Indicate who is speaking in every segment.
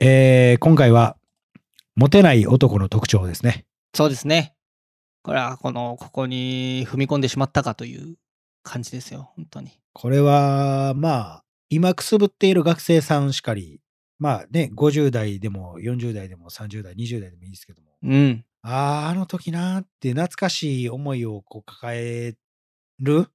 Speaker 1: えー今回は、モテない男の特徴ですね。
Speaker 2: そうですね。これは、この、ここに踏み込んでしまったかという感じですよ、本当に。
Speaker 1: これは、まあ、今くすぶっている学生さんしかり、まあね、50代でも40代でも30代、20代でもいいですけども、
Speaker 2: うん。
Speaker 1: ああ、あの時なーって懐かしい思いをこう抱える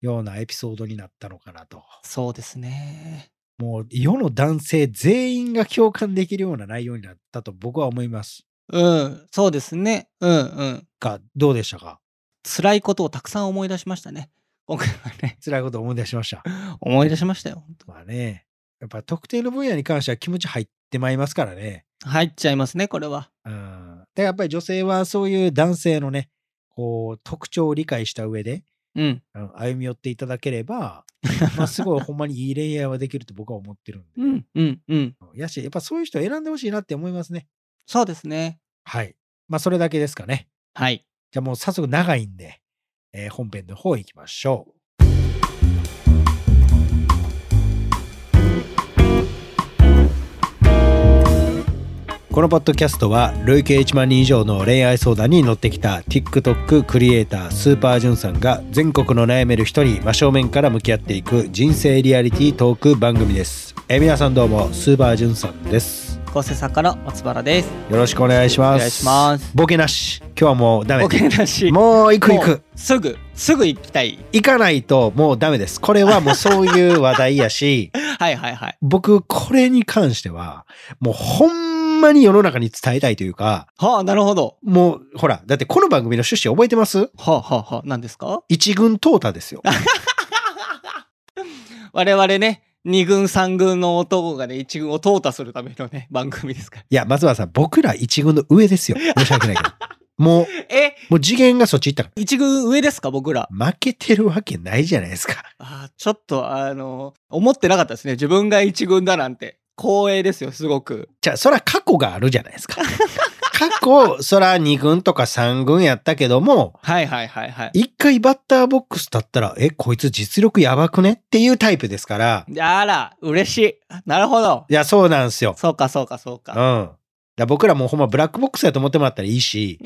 Speaker 1: ようなエピソードになったのかなと。
Speaker 2: そうですね。
Speaker 1: もう世の男性全員が共感できるような内容になったと僕は思います
Speaker 2: うん、そうですね。うん、うん。
Speaker 1: が、どうでしたか
Speaker 2: 辛いことをたくさん思い出しましたね。今回はね、
Speaker 1: 辛いこと思い出しました。
Speaker 2: 思い出しましたよ、本当
Speaker 1: まあね、やっぱ特定の分野に関しては気持ち入ってまいりますからね。
Speaker 2: 入っちゃいますね、これは。
Speaker 1: うん。で、やっぱり女性はそういう男性のね、こう、特徴を理解した上で、
Speaker 2: うん。
Speaker 1: うん歩み寄っていただければ、まあすごいほんまにいい恋愛はできると僕は思ってるんで。
Speaker 2: うん、うん、うん。
Speaker 1: やし、やっぱそういう人を選んでほしいなって思いますね。
Speaker 2: そうですね。
Speaker 1: はい。まあ、それだけですかね。
Speaker 2: はい。
Speaker 1: じゃあもう早速長いんで、えー本編の方行きましょう。このポッドキャストは累計1万人以上の恋愛相談に乗ってきた TikTok クリエイタースーパージュンさんが全国の悩める人に真正面から向き合っていく人生リアリティトーク番組です。えー皆さんどうもスーパージュンさんです。
Speaker 2: 構成作家の松原です。
Speaker 1: よろしくお願いします。
Speaker 2: お願いします
Speaker 1: ボケなし。今日はもうダメ。
Speaker 2: ボケなし。
Speaker 1: もう行く行
Speaker 2: も
Speaker 1: く
Speaker 2: う。すぐ、すぐ行きたい。
Speaker 1: 行かないともうダメです。これはもうそういう話題やし、
Speaker 2: はいはいはい。
Speaker 1: 僕これに関しては、もうほんまに世の中に伝えたいというか、
Speaker 2: はあ、なるほど。
Speaker 1: もうほら、だってこの番組の趣旨覚えてます
Speaker 2: はあはあはあ、何ですか
Speaker 1: 一軍淘汰ですよ。
Speaker 2: 我々ね、二軍三軍の男がね、一軍を淘汰するためのね、番組ですから。
Speaker 1: いや、松原さん、僕ら一軍の上ですよ。申し訳ないけど。もう、
Speaker 2: え、
Speaker 1: もう次元がそっち行ったか
Speaker 2: 一軍上ですか、僕ら。
Speaker 1: ら。負けてるわけないじゃないですか。
Speaker 2: あーちょっと、あの、思ってなかったですね。自分が一軍だなんて。光栄ですよ、すごく。
Speaker 1: じゃあ、そら過去があるじゃないですか。過去、そら2軍とか3軍やったけども、
Speaker 2: はいはいはいはい。
Speaker 1: 一回バッターボックス立ったら、え、こいつ実力やばくねっていうタイプですから。
Speaker 2: あら、嬉しい。なるほど。
Speaker 1: いや、そうなんですよ。
Speaker 2: そうかそうかそう
Speaker 1: うん。だ
Speaker 2: か。
Speaker 1: から僕らもうほんまブラックボックスやと思ってもらったらいいし、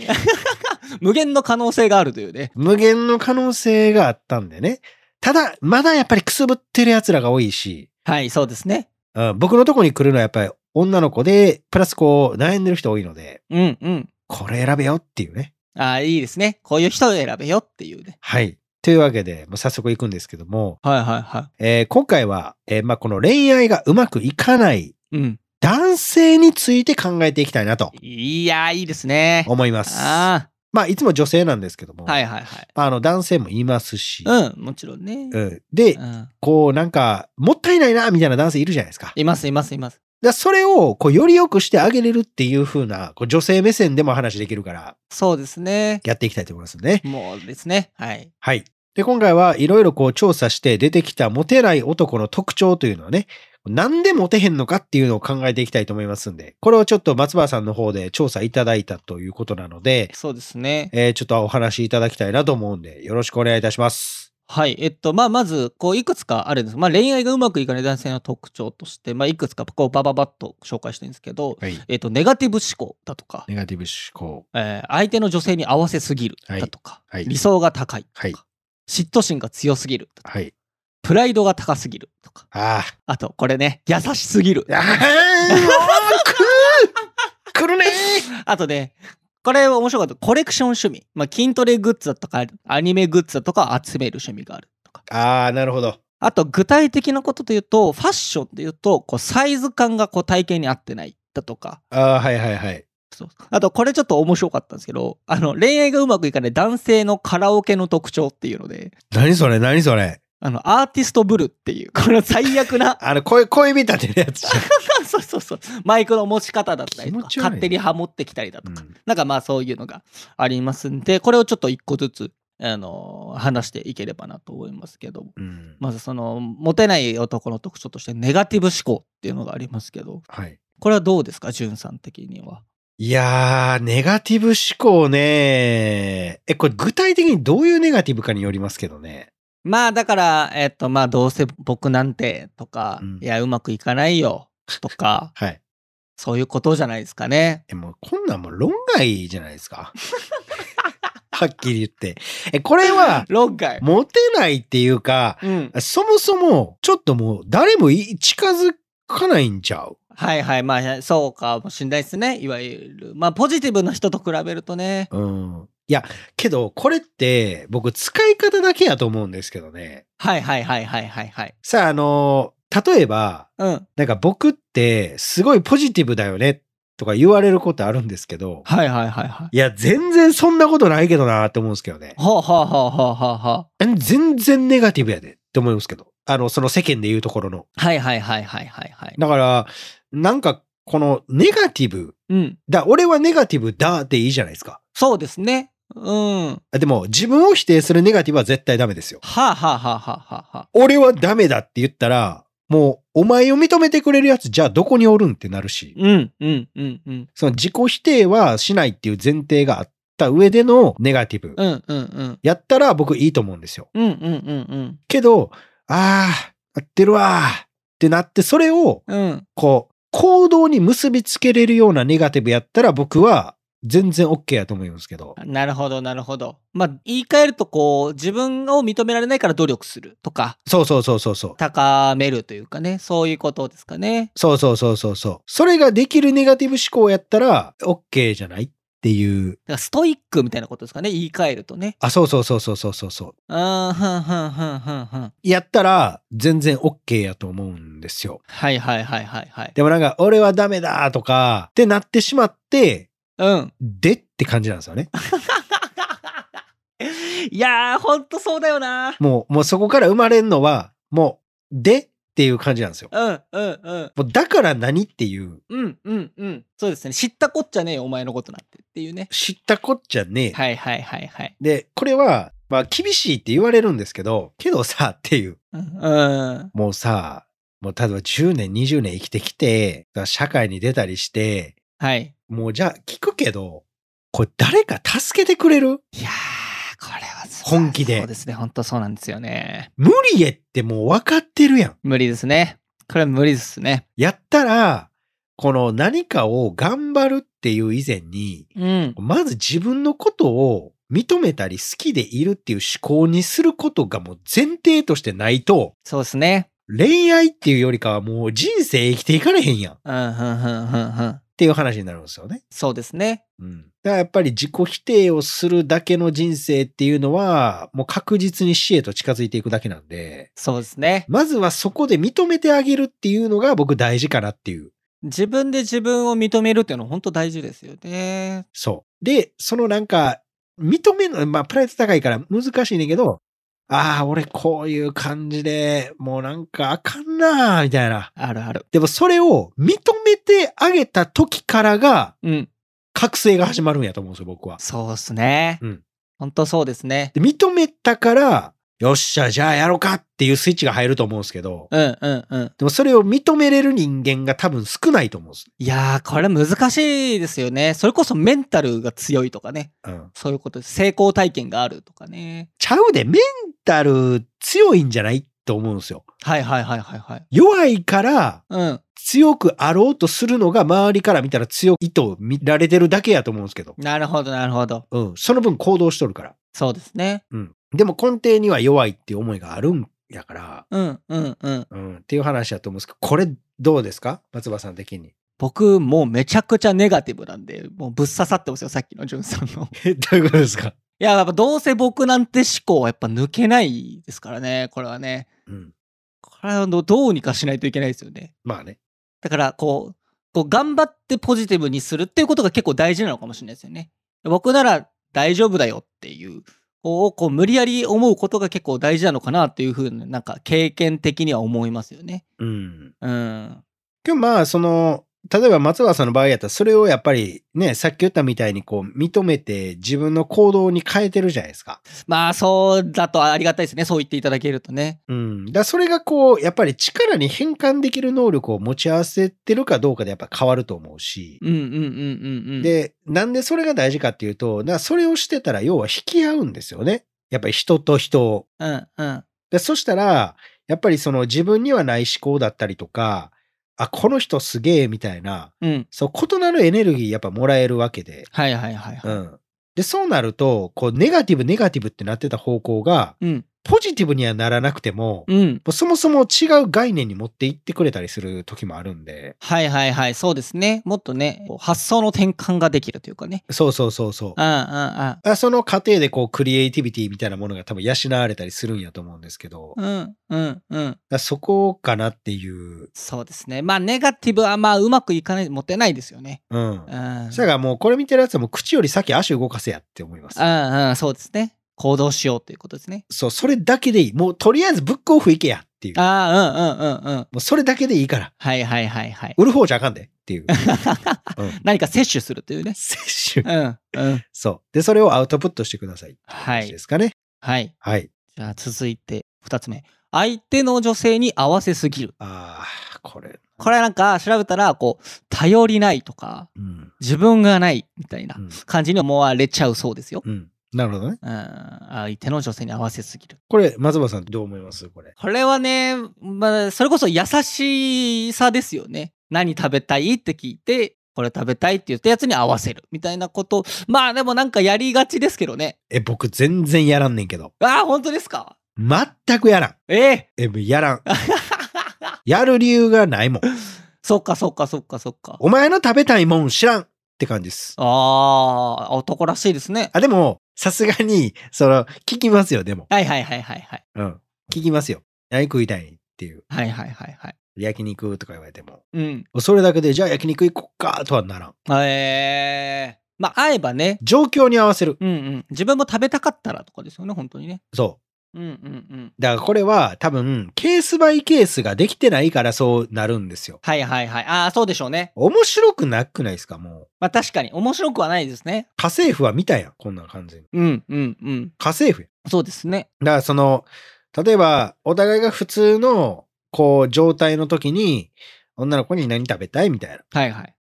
Speaker 2: 無限の可能性があるというね。
Speaker 1: 無限の可能性があったんでね。ただ、まだやっぱりくすぶってる奴らが多いし、
Speaker 2: はい、そうですね。
Speaker 1: うん、僕のとこに来るのはやっぱり女の子で、プラスこう、悩んでる人多いので、
Speaker 2: うんうん。
Speaker 1: これ選べよっていうね。
Speaker 2: ああ、いいですね。こういう人を選べよっていうね。
Speaker 1: はい。というわけで、もう早速行くんですけども、
Speaker 2: はいはいは
Speaker 1: えー今回は、えーまあ、この恋愛がうまくいかない
Speaker 2: い。うん。
Speaker 1: 男性について考えていきたいなと
Speaker 2: いやー、いいですね。
Speaker 1: 思います。
Speaker 2: あ
Speaker 1: まあ、いつも女性なんですけども、
Speaker 2: あ、はいはいはい。
Speaker 1: まああの男性もいますし、
Speaker 2: うん、もちろんね。
Speaker 1: うんで
Speaker 2: う、ん、
Speaker 1: こうなんか、もったいないな、みたいな男性いるじゃないですか。
Speaker 2: いますいますいます。
Speaker 1: だそれを、こう、より良くしてあげれるっていう風な、こう女性目線でも話できるから、
Speaker 2: そうですね。
Speaker 1: やっていきたいと思いますね。
Speaker 2: もうですね。はい。
Speaker 1: はい。で、今回はいろいろこう調査して出てきたモテない男の特徴というのはね、なんでモテへんのかっていうのを考えていきたいと思いますんで、これをちょっと松原さんの方で調査いただいたということなので、
Speaker 2: そうですね。
Speaker 1: えーちょっとお話しいただきたいなと思うんで、よろしくお願いいたします。
Speaker 2: はい。えっと、まあ、まず、こう、いくつかあるんです。まあ、恋愛がうまくいかない男性の特徴として、まあ、いくつか、こう、バババッと紹介してるんですけど、
Speaker 1: はい。
Speaker 2: えっと、ネガティブ思考だとか、
Speaker 1: ネガティブ思考。
Speaker 2: えー相手の女性に合わせすぎる
Speaker 1: はい
Speaker 2: だとか、
Speaker 1: はい
Speaker 2: 理想が高いとか、
Speaker 1: はい
Speaker 2: 嫉妬心が強すぎるとか、
Speaker 1: はい。
Speaker 2: プライドが高すぎるとか、
Speaker 1: あ
Speaker 2: あと、これね、優しすぎる
Speaker 1: あ。。ああもう来る来るね
Speaker 2: あとね、これ面白かった。コレクション趣味。まあ、筋トレグッズだとか、アニメグッズだとかを集める趣味があるとか。
Speaker 1: ああ、なるほど。
Speaker 2: あと、具体的なことで言うと、ファッションで言うと、こう、サイズ感がこう体型に合ってないだとか。
Speaker 1: ああ、はいはいはい。
Speaker 2: そうあと、これちょっと面白かったんですけど、あの、恋愛がうまくいかない男性のカラオケの特徴っていうので、
Speaker 1: 何それ何それ、
Speaker 2: あの、アーティストブルっていう、この最悪な
Speaker 1: あの、恋、恋人立てるやつじ
Speaker 2: そうそうそう、マイクの持ち方だったりと
Speaker 1: 気
Speaker 2: か
Speaker 1: 持、ち悪い
Speaker 2: 勝手にハモってきたりだ
Speaker 1: ゃ
Speaker 2: と
Speaker 1: ん。
Speaker 2: か、なんかまあそういうのがありますんで、これをちょっと一個ずつ、あのー話していければなと思いますけど、
Speaker 1: うん。
Speaker 2: まずその、モテない男の特徴として、ネガティブ思考っていうのがありますけど、
Speaker 1: はい。
Speaker 2: これはどうですか、んさん的には。
Speaker 1: いやー、ネガティブ思考ね。え、これ具体的にどういうネガティブかによりますけどね。
Speaker 2: まあだから、えっと、まあどうせ僕なんてとか、
Speaker 1: うん、
Speaker 2: いや、うまくいかないよとか
Speaker 1: はい。
Speaker 2: そういうことじゃないですかね。
Speaker 1: え、もうこんなんもう論外じゃないです か。はっきり言って。え、これ は、
Speaker 2: 論外。
Speaker 1: モテないっていうか、
Speaker 2: うん。
Speaker 1: そもそも、ちょっともう誰もい近づかないんちゃう
Speaker 2: はいはい。まあ、そうかもしんないですね。いわゆる。まあ、ポジティブな人と比べるとね。
Speaker 1: うん。いや、けど、これって、僕、使い方だけやと思うんですけどね。
Speaker 2: はいはいはいはいはいはい。
Speaker 1: さあ、あの、例えば、
Speaker 2: うん。
Speaker 1: なんか僕って、すごいポジティブだよね、とか言われることあるんですけど、
Speaker 2: はいはいはいはい。
Speaker 1: いや、全然そんなことないけどなって思うんですけどね。
Speaker 2: はあ、はあはあはあはあは
Speaker 1: え全然ネガティブやでって思いますけど。あの、その世間で言うところの。
Speaker 2: あ、はいはいはいはいはいはい。
Speaker 1: だから、なんか、このネガティブ、
Speaker 2: うん。
Speaker 1: だ、俺はネガティブだっていいじゃないですか。
Speaker 2: そうですね。うん。は
Speaker 1: でも、自分を否定するネガティブは絶対ダメですよ。
Speaker 2: あ、はあはあはあはあはあ。
Speaker 1: 俺はダメだって言ったら、もう、お前を認めてくれるやつ、じゃあどこにおるんってなるし、
Speaker 2: うんうんうんうん。
Speaker 1: その自己否定はしないっていう前提があった上でのネガティブ、
Speaker 2: うんうんうん。
Speaker 1: やったら僕いいと思うんですよ。
Speaker 2: うんうんうん
Speaker 1: けど、ああ、合ってるわーってなって、それを、
Speaker 2: うん。うん。
Speaker 1: こう、行動に結びつけれるようなネガティブやったら僕は全然 OK やと思いますけど。
Speaker 2: なるほどなるほど。まあ言い換えるとこう自分を認められないから努力するとか
Speaker 1: そうそうそうそうそう。
Speaker 2: 高めるというかねそういうことですかね。
Speaker 1: そうそうそうそうそう。それができるネガティブ思考やったら OK じゃないっていう。
Speaker 2: だからストイックみたいなことですかね言い換えるとね。
Speaker 1: あ、そうそうそうそうそうそうそう。
Speaker 2: あーはんはんはんはんはん。
Speaker 1: やったら全然 OK やと思うんですよ。
Speaker 2: はいはいはいはいはい。
Speaker 1: でもなんか、俺はダメだとかってなってしまって、
Speaker 2: うん。
Speaker 1: でって感じなんですよね。
Speaker 2: いやーほんとそうだよな。
Speaker 1: もう、もうそこから生まれるのは、もう、でっていう感じなんですよ。
Speaker 2: うんうんうん
Speaker 1: もうだから何っていう、
Speaker 2: うんうんうん。そうですね知ったこっちゃねえよお前のことなんてっていうね。
Speaker 1: 知ったこっちゃねえ
Speaker 2: はいはいはいはい。
Speaker 1: で、これは、まあ、厳しいって言われるんですけど、けどさ、っていう。
Speaker 2: うん。うん
Speaker 1: もうさ、もう例えば10年、20年生きてきて、社会に出たりして、
Speaker 2: はい。
Speaker 1: もうじゃあ聞くけど、これ誰か助けてくれる
Speaker 2: いやー、これはす
Speaker 1: 本気で
Speaker 2: そうですね、本当そうなんですよね。
Speaker 1: 無理へってもう分かってるやん。
Speaker 2: 無理ですね。これは無理ですね。
Speaker 1: やったら、この何かを頑張るっていう以前に、
Speaker 2: うん。
Speaker 1: まず自分のことを認めたり好きでいるっていう思考にすることがもう前提としてないと、
Speaker 2: そうですね。
Speaker 1: 恋愛っていうよりかはもう人生生きていかれへんやん。
Speaker 2: うん、うん、うん、うん、うん。
Speaker 1: っていう話になるんですよね。
Speaker 2: そうですね。
Speaker 1: うん。だからやっぱり自己否定をするだけの人生っていうのは、もう確実に死へと近づいていくだけなんで、
Speaker 2: そうですね。
Speaker 1: まずはそこで認めてあげるっていうのが僕大事かなっていう。
Speaker 2: 自分で自分を認めるっていうのは本当大事ですよね。
Speaker 1: そう。で、そのなんか、認めの、まあ、プライド高いから難しいねんけど、ああ、俺こういう感じで、もうなんかあかんなーみたいな。
Speaker 2: あるある。
Speaker 1: でもそれを認めてあげた時からが、
Speaker 2: うん。
Speaker 1: 覚醒が始まるんやと思うんですよ、僕は。
Speaker 2: そうですね。
Speaker 1: うん。
Speaker 2: 本当そうですね。
Speaker 1: で認めたから、よっしゃ、じゃあやろうかっていうスイッチが入ると思うんですけど、
Speaker 2: うん、うん、うん。
Speaker 1: でもそれを認めれる人間が多分少ないと思うんです。
Speaker 2: いやー、これ難しいですよね。それこそメンタルが強いとかね。
Speaker 1: うん。
Speaker 2: そういうことです。成功体験があるとかね。
Speaker 1: ちゃうで、メンタル強いんじゃないと思うんですよ。
Speaker 2: はい、はい、はい、はい、はい。
Speaker 1: 弱いから
Speaker 2: うん。
Speaker 1: 強くあろうとするのが周りから見たら強いと見られてるだけやと思うんですけど。
Speaker 2: なるほど、なるほど。
Speaker 1: うん。その分行動しとるから。
Speaker 2: そうですね。
Speaker 1: うん。でも根底には弱いっていう思いがあるんやから、
Speaker 2: うん、うん、うん。
Speaker 1: うん。っていう話だと思うんですけど、これどうですか松葉さん的に。
Speaker 2: 僕、もうめちゃくちゃネガティブなんで、もうぶっ刺さってますよ、さっきのんさんの。 い
Speaker 1: え、 どういうことですか
Speaker 2: や、やっぱどうせ僕なんて思考はやっぱ抜けないですからね、これはね。
Speaker 1: うん。
Speaker 2: これはどどうにかしないといけないですよね。
Speaker 1: まあね。
Speaker 2: だから、こう、こう頑張ってポジティブにするっていうことが結構大事なのかもしれないですよね。僕なら大丈夫だよっていう、こう、こう無理やり思うことが結構大事なのかなっていうふうになんか経験的には思いますよね。
Speaker 1: うん。
Speaker 2: うん。
Speaker 1: でもまあ、その、例えば松原さんの場合やったら、それをやっぱりね、さっき言ったみたいにこう、認めて自分の行動に変えてるじゃないですか。
Speaker 2: まあそうだとありがたいですねそう言っていただけるとね
Speaker 1: うん。だからそれがこう、やっぱり力に変換できる能力を持ち合わせてるかどうかでやっぱ変わると思うし。
Speaker 2: うんうんうんうんうん
Speaker 1: で、なんでそれが大事かっていうと、だからそれをしてたら要は引き合うんですよね。やっぱり人と人を。
Speaker 2: うんうん
Speaker 1: でそしたら、やっぱりその自分にはない思考だったりとか、あ、この人すげえみたいな、
Speaker 2: うん。
Speaker 1: そう、異なるエネルギーやっぱもらえるわけで。
Speaker 2: はいはいはいは
Speaker 1: う
Speaker 2: い。
Speaker 1: ん。で、そうなると、こう、ネガティブ、ネガティブってなってた方向が、
Speaker 2: うん。
Speaker 1: ポジティブにはならなくても、
Speaker 2: うん。
Speaker 1: もうそもそも違う概念に持っていってくれたりする時もあるんで。
Speaker 2: はいはいはい。そうですね。もっとね、こう発想の転換ができるというかね。
Speaker 1: そうそうそうそう。
Speaker 2: うんうんうん。
Speaker 1: あその過程でこうクリエイティビティみたいなものが多分養われたりするんやと思うんですけど、だか
Speaker 2: うんうんうん。
Speaker 1: らそこかなっていう。
Speaker 2: そうですね。まあ、ネガティブはまあ、うまくいかない、持てないですよね。
Speaker 1: うん
Speaker 2: う。ん。
Speaker 1: そやからもうこれ見てるやつはもう口より先足動かせやって思います。
Speaker 2: うんうん、そうですね。行動しようということですね。
Speaker 1: そう、それだけでいい。もうとりあえずブックオフ行けやっていう。も
Speaker 2: ああ、うんうんうんうん。
Speaker 1: うそれだけでいいから。
Speaker 2: はいはいはいはい。
Speaker 1: 売る方じゃあかんでっていう。うん、
Speaker 2: 何か摂取するというね。
Speaker 1: 摂取
Speaker 2: う。んうん。
Speaker 1: そう。で、それをアウトプットしてください。
Speaker 2: は
Speaker 1: で
Speaker 2: い。
Speaker 1: すかね。
Speaker 2: はい。
Speaker 1: はい。
Speaker 2: じゃあ続いて2つ目。相手の女性に合わせすぎる。
Speaker 1: ああ、これ。
Speaker 2: これはなんか調べたら、こう、頼りないとか、
Speaker 1: うん。
Speaker 2: 自分がないみたいな
Speaker 1: うん
Speaker 2: 感じに思われちゃうそうですよ。
Speaker 1: うん。なるほどね。
Speaker 2: うん、相手の女性に合わせすぎる。
Speaker 1: これ、松葉さんどう思いますこれ。
Speaker 2: これはね、まあ、それこそ優しさですよね。何食べたいって聞いて、これ食べたいって言ったやつに合わせるみたいなこと。まあでもなんかやりがちですけどね。
Speaker 1: え、僕全然やらんねんけど。
Speaker 2: ああ、本当ですか
Speaker 1: 全くやらん。
Speaker 2: ええ
Speaker 1: え、もうやらん。やる理由がないもん。
Speaker 2: そっかそっかそっかそっか。
Speaker 1: お前の食べたいもん知らんって感じです。
Speaker 2: ああ、男らしいですね。
Speaker 1: あ、でも、さすがに、その、聞きますよ、でも。
Speaker 2: はいはいはいはいはい。
Speaker 1: うん。聞きますよ。何食いたいっていう。
Speaker 2: はいはいはいはい。
Speaker 1: 焼肉とか言われても。
Speaker 2: うん。
Speaker 1: それだけで、じゃあ焼肉行こっかとはならん。
Speaker 2: ええまあ会えばね。
Speaker 1: 状況に合わせる。
Speaker 2: うんうん。自分も食べたかったらとかですよね、本当にね。
Speaker 1: そ
Speaker 2: うんうんうん。
Speaker 1: う。だからこれは多分、ケースバイケースができてないからそうなるんですよ。
Speaker 2: はいはいはい。ああ、そうでしょうね。
Speaker 1: 面白くなくないですかもう。
Speaker 2: まあ確かに面白くはないですね。
Speaker 1: 家政婦は見たやん。こんな感じに。
Speaker 2: うんうんうん。
Speaker 1: 家政婦や
Speaker 2: そうですね。
Speaker 1: だからその、例えば、お互いが普通の、こう、状態の時に、女の子に何食べたいみたいな。
Speaker 2: はいはい。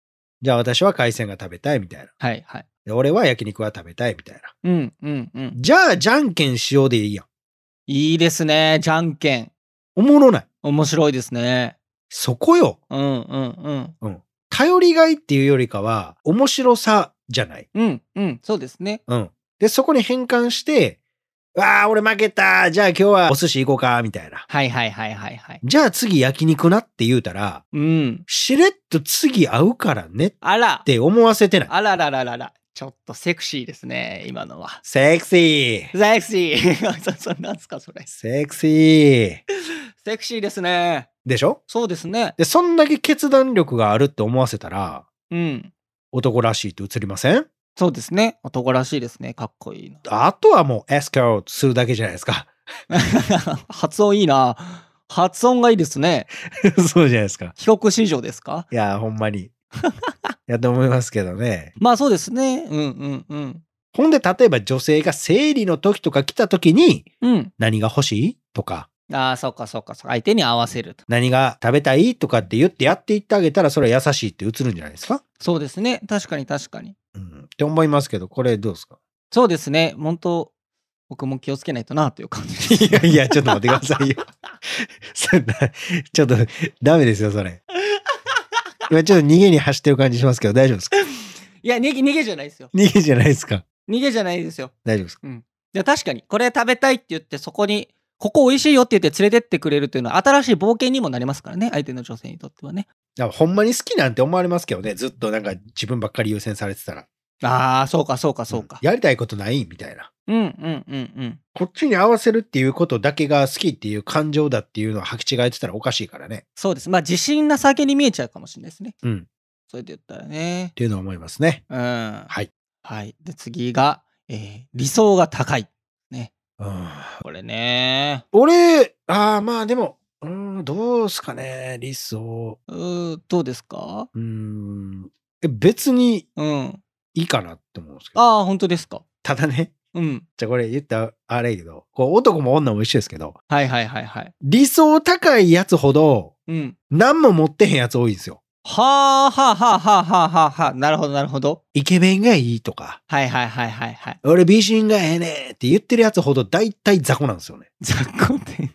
Speaker 1: じゃあ私は海鮮が食べたいみたいな。
Speaker 2: はいはい。
Speaker 1: で俺は焼肉は食べたいみたいな。
Speaker 2: うんうんうん。
Speaker 1: じゃあ、じゃんけんしようでいいやん。
Speaker 2: いいですね。じゃんけん。
Speaker 1: おもろない。
Speaker 2: 面白いですね。
Speaker 1: そこよ。
Speaker 2: うんうんうん。
Speaker 1: 頼りがいっていうよりかは、面白さじゃない。
Speaker 2: うんうん。そうですね。
Speaker 1: うん。で、そこに変換して、わあ、俺負けた。じゃあ今日はお寿司行こうか、みたいな。
Speaker 2: はいはいはいはいはい。
Speaker 1: じゃあ次焼肉なって言うたら、
Speaker 2: うん。
Speaker 1: しれっと次会うからねっ
Speaker 2: あら。
Speaker 1: て思わせてない。
Speaker 2: あららららら。ちょっとセクシーですね。今のは。
Speaker 1: セクシー。
Speaker 2: セクシー。 そ、そ、なんすかそれ。
Speaker 1: セクシー。
Speaker 2: セクシーですね。
Speaker 1: でしょ
Speaker 2: そうですね。
Speaker 1: で、そんだけ決断力があるって思わせたら、
Speaker 2: うん。
Speaker 1: 男らしいって映りません
Speaker 2: そうですね。男らしいですね。かっこいいな。
Speaker 1: あとはもうエスカートするだけじゃないですか。
Speaker 2: 発音いいな。発音がいいですね。
Speaker 1: そうじゃないですか。
Speaker 2: 帰国子女ですか
Speaker 1: いや、ほんまに。 いや、と思いますけどね。
Speaker 2: まあそうですね。うんうんうん。
Speaker 1: ほんで、例えば女性が生理の時とか来た時に、
Speaker 2: うん。
Speaker 1: 何が欲しいとか、
Speaker 2: ああ、そうかそうかそうか。相手に合わせると。
Speaker 1: 何が食べたいとかって言ってやっていってあげたら、それは優しいって映るんじゃないですか
Speaker 2: そうですね。確かに確かに。
Speaker 1: うん。って思いますけど、これどうですか
Speaker 2: そうですね。本当僕も気をつけないとなという感じです。
Speaker 1: いやいや、ちょっと待ってくださいよ。 そんなちょっと、ダメですよ、それ。今ちょっと逃げに走ってる感じしますけど、大丈夫ですか
Speaker 2: いや、逃げ、逃げじゃないですよ。
Speaker 1: 逃げじゃないですか
Speaker 2: 逃げじゃないですよ。
Speaker 1: 大丈夫ですか
Speaker 2: いや、確かに。これ食べたいって言って、そこに、ここ美味しいよって言って連れてってくれるというのは、新しい冒険にもなりますからね。相手の女性にとってはね。
Speaker 1: だからほんまに好きなんて思われますけどね、ずっとなんか自分ばっかり優先されてたら。
Speaker 2: ああ、そうかそうかそうか
Speaker 1: ん。やりたいことないみたいな。
Speaker 2: うんうんうんうん。
Speaker 1: こっちに合わせるっていうことだけが好きっていう感情だっていうのは履き違えてたらおかしいからね。っ
Speaker 2: そうです。まあ、自信な先に見えちゃうかもしれないですね。
Speaker 1: うん。
Speaker 2: それで言ったらね。
Speaker 1: ていうのは思いますね。。
Speaker 2: うん。はいはい。で、次が、えー理想が高い。
Speaker 1: うん、
Speaker 2: これね。
Speaker 1: 俺、ああ、まあでも、うーん、どうすかね、理想。
Speaker 2: うーどうですか
Speaker 1: うーん、え別に
Speaker 2: うん。
Speaker 1: いいかなって思うんですけど。
Speaker 2: ああ、本当ですか。
Speaker 1: ただね、
Speaker 2: うん。
Speaker 1: じゃあこれ言ったらあれやけど、こう男も女も一緒ですけど、
Speaker 2: はいはいはいはい。
Speaker 1: 理想高いやつほど
Speaker 2: うん。
Speaker 1: 何も持ってへんやつ多いんですよ。
Speaker 2: はあはあはあはあはあはあはあ。なるほどなるほど。
Speaker 1: イケメンがいいとか、
Speaker 2: はいはいはいはいはい。
Speaker 1: 俺美人がええねって言ってるやつほど大体雑魚なんですよね。
Speaker 2: 雑魚店。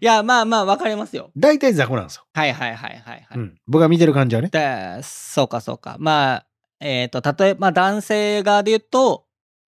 Speaker 2: いや、まあまあ、わかりますよ。
Speaker 1: 大体雑魚なんですよ、
Speaker 2: はいはいはいはいは
Speaker 1: う
Speaker 2: い。
Speaker 1: ん、僕が見てる感じはね
Speaker 2: で、そうかそうか。まあ、えっ、と、例えば、まあ、男性側で言うと、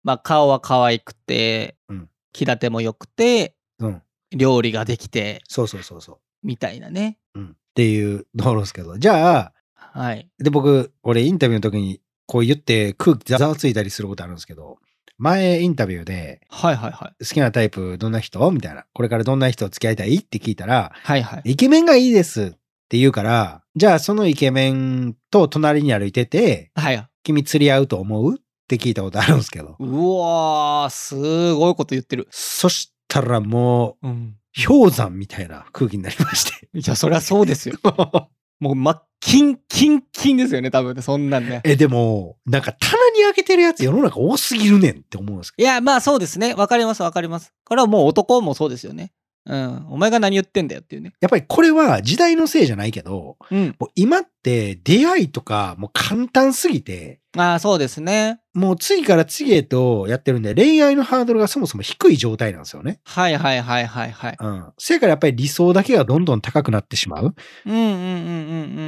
Speaker 2: まあ、顔は可愛くて
Speaker 1: うん、
Speaker 2: 気立ても良くて、
Speaker 1: うん
Speaker 2: 料理ができて、
Speaker 1: そうそうそうそ
Speaker 2: みたいなね。
Speaker 1: う、うん、っていうところですけどじゃあ
Speaker 2: はい。
Speaker 1: で僕俺インタビューの時にこう言って空気ざわついたりすることあるんですけど前インタビューで
Speaker 2: はいはいはい。
Speaker 1: 好きなタイプどんな人みたいなこれからどんな人付き合いたいって聞いたら
Speaker 2: はいはい。
Speaker 1: イケメンがいいですって言うからじゃあそのイケメンと隣に歩いてて
Speaker 2: はい。
Speaker 1: 君釣り合うと思うって聞いたことあるんですけど
Speaker 2: うわー、すごいこと言ってる。
Speaker 1: そしたらも
Speaker 2: うん。
Speaker 1: う氷山みたいな空気になりまして
Speaker 2: いや、そりゃそうですよ。 もう、まっ、キン、キン、キンですよね、多分ね、そんなんね。
Speaker 1: えでもなんか棚に開けてるやつ世の中多すぎるねんって思うんですけ
Speaker 2: いや、まあそうですね。わかります、わかります。これはもう男もそうですよね。うん。お前が何言ってんだよっていうね。
Speaker 1: どやっぱりこれは時代のせいじゃないけど
Speaker 2: うん。
Speaker 1: もう今って出会いとかもう簡単すぎて、
Speaker 2: ああ、そうですね。
Speaker 1: もう次から次へとやってるんで、恋愛のハードルがそもそも低い状態なんですよね。
Speaker 2: はいはいはいはいはい。
Speaker 1: うん。そやからやっぱり理想だけがどんどん高くなってしまう。
Speaker 2: うんうんうんうんう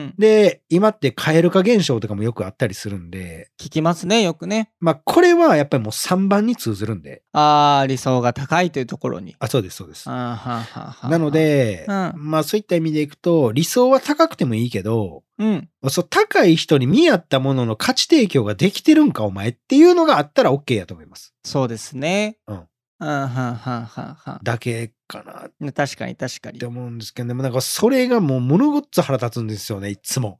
Speaker 2: ん。
Speaker 1: で、今って蛙化現象とかもよくあったりするんで、
Speaker 2: 聞きますね、よくね。
Speaker 1: まあこれはやっぱりもう3番に通ずるんで。
Speaker 2: ああ、理想が高いというところに。
Speaker 1: あ、そうです、そうです。
Speaker 2: あーはあはあはあ
Speaker 1: なの、で、
Speaker 2: うん
Speaker 1: まあそういった意味でいくと、理想は高くてもいいけど、
Speaker 2: うん。
Speaker 1: そう高い人に見合ったものの価値提供ができてるんかお前っていうのがあったら OK やと思います。
Speaker 2: そうですね。
Speaker 1: うん
Speaker 2: あーはあはあはあは
Speaker 1: だけかな
Speaker 2: あ。確かに確かに
Speaker 1: って。思うんですけど、でもなんかそれがもう物ごっつ腹立つんですよね、いつ も。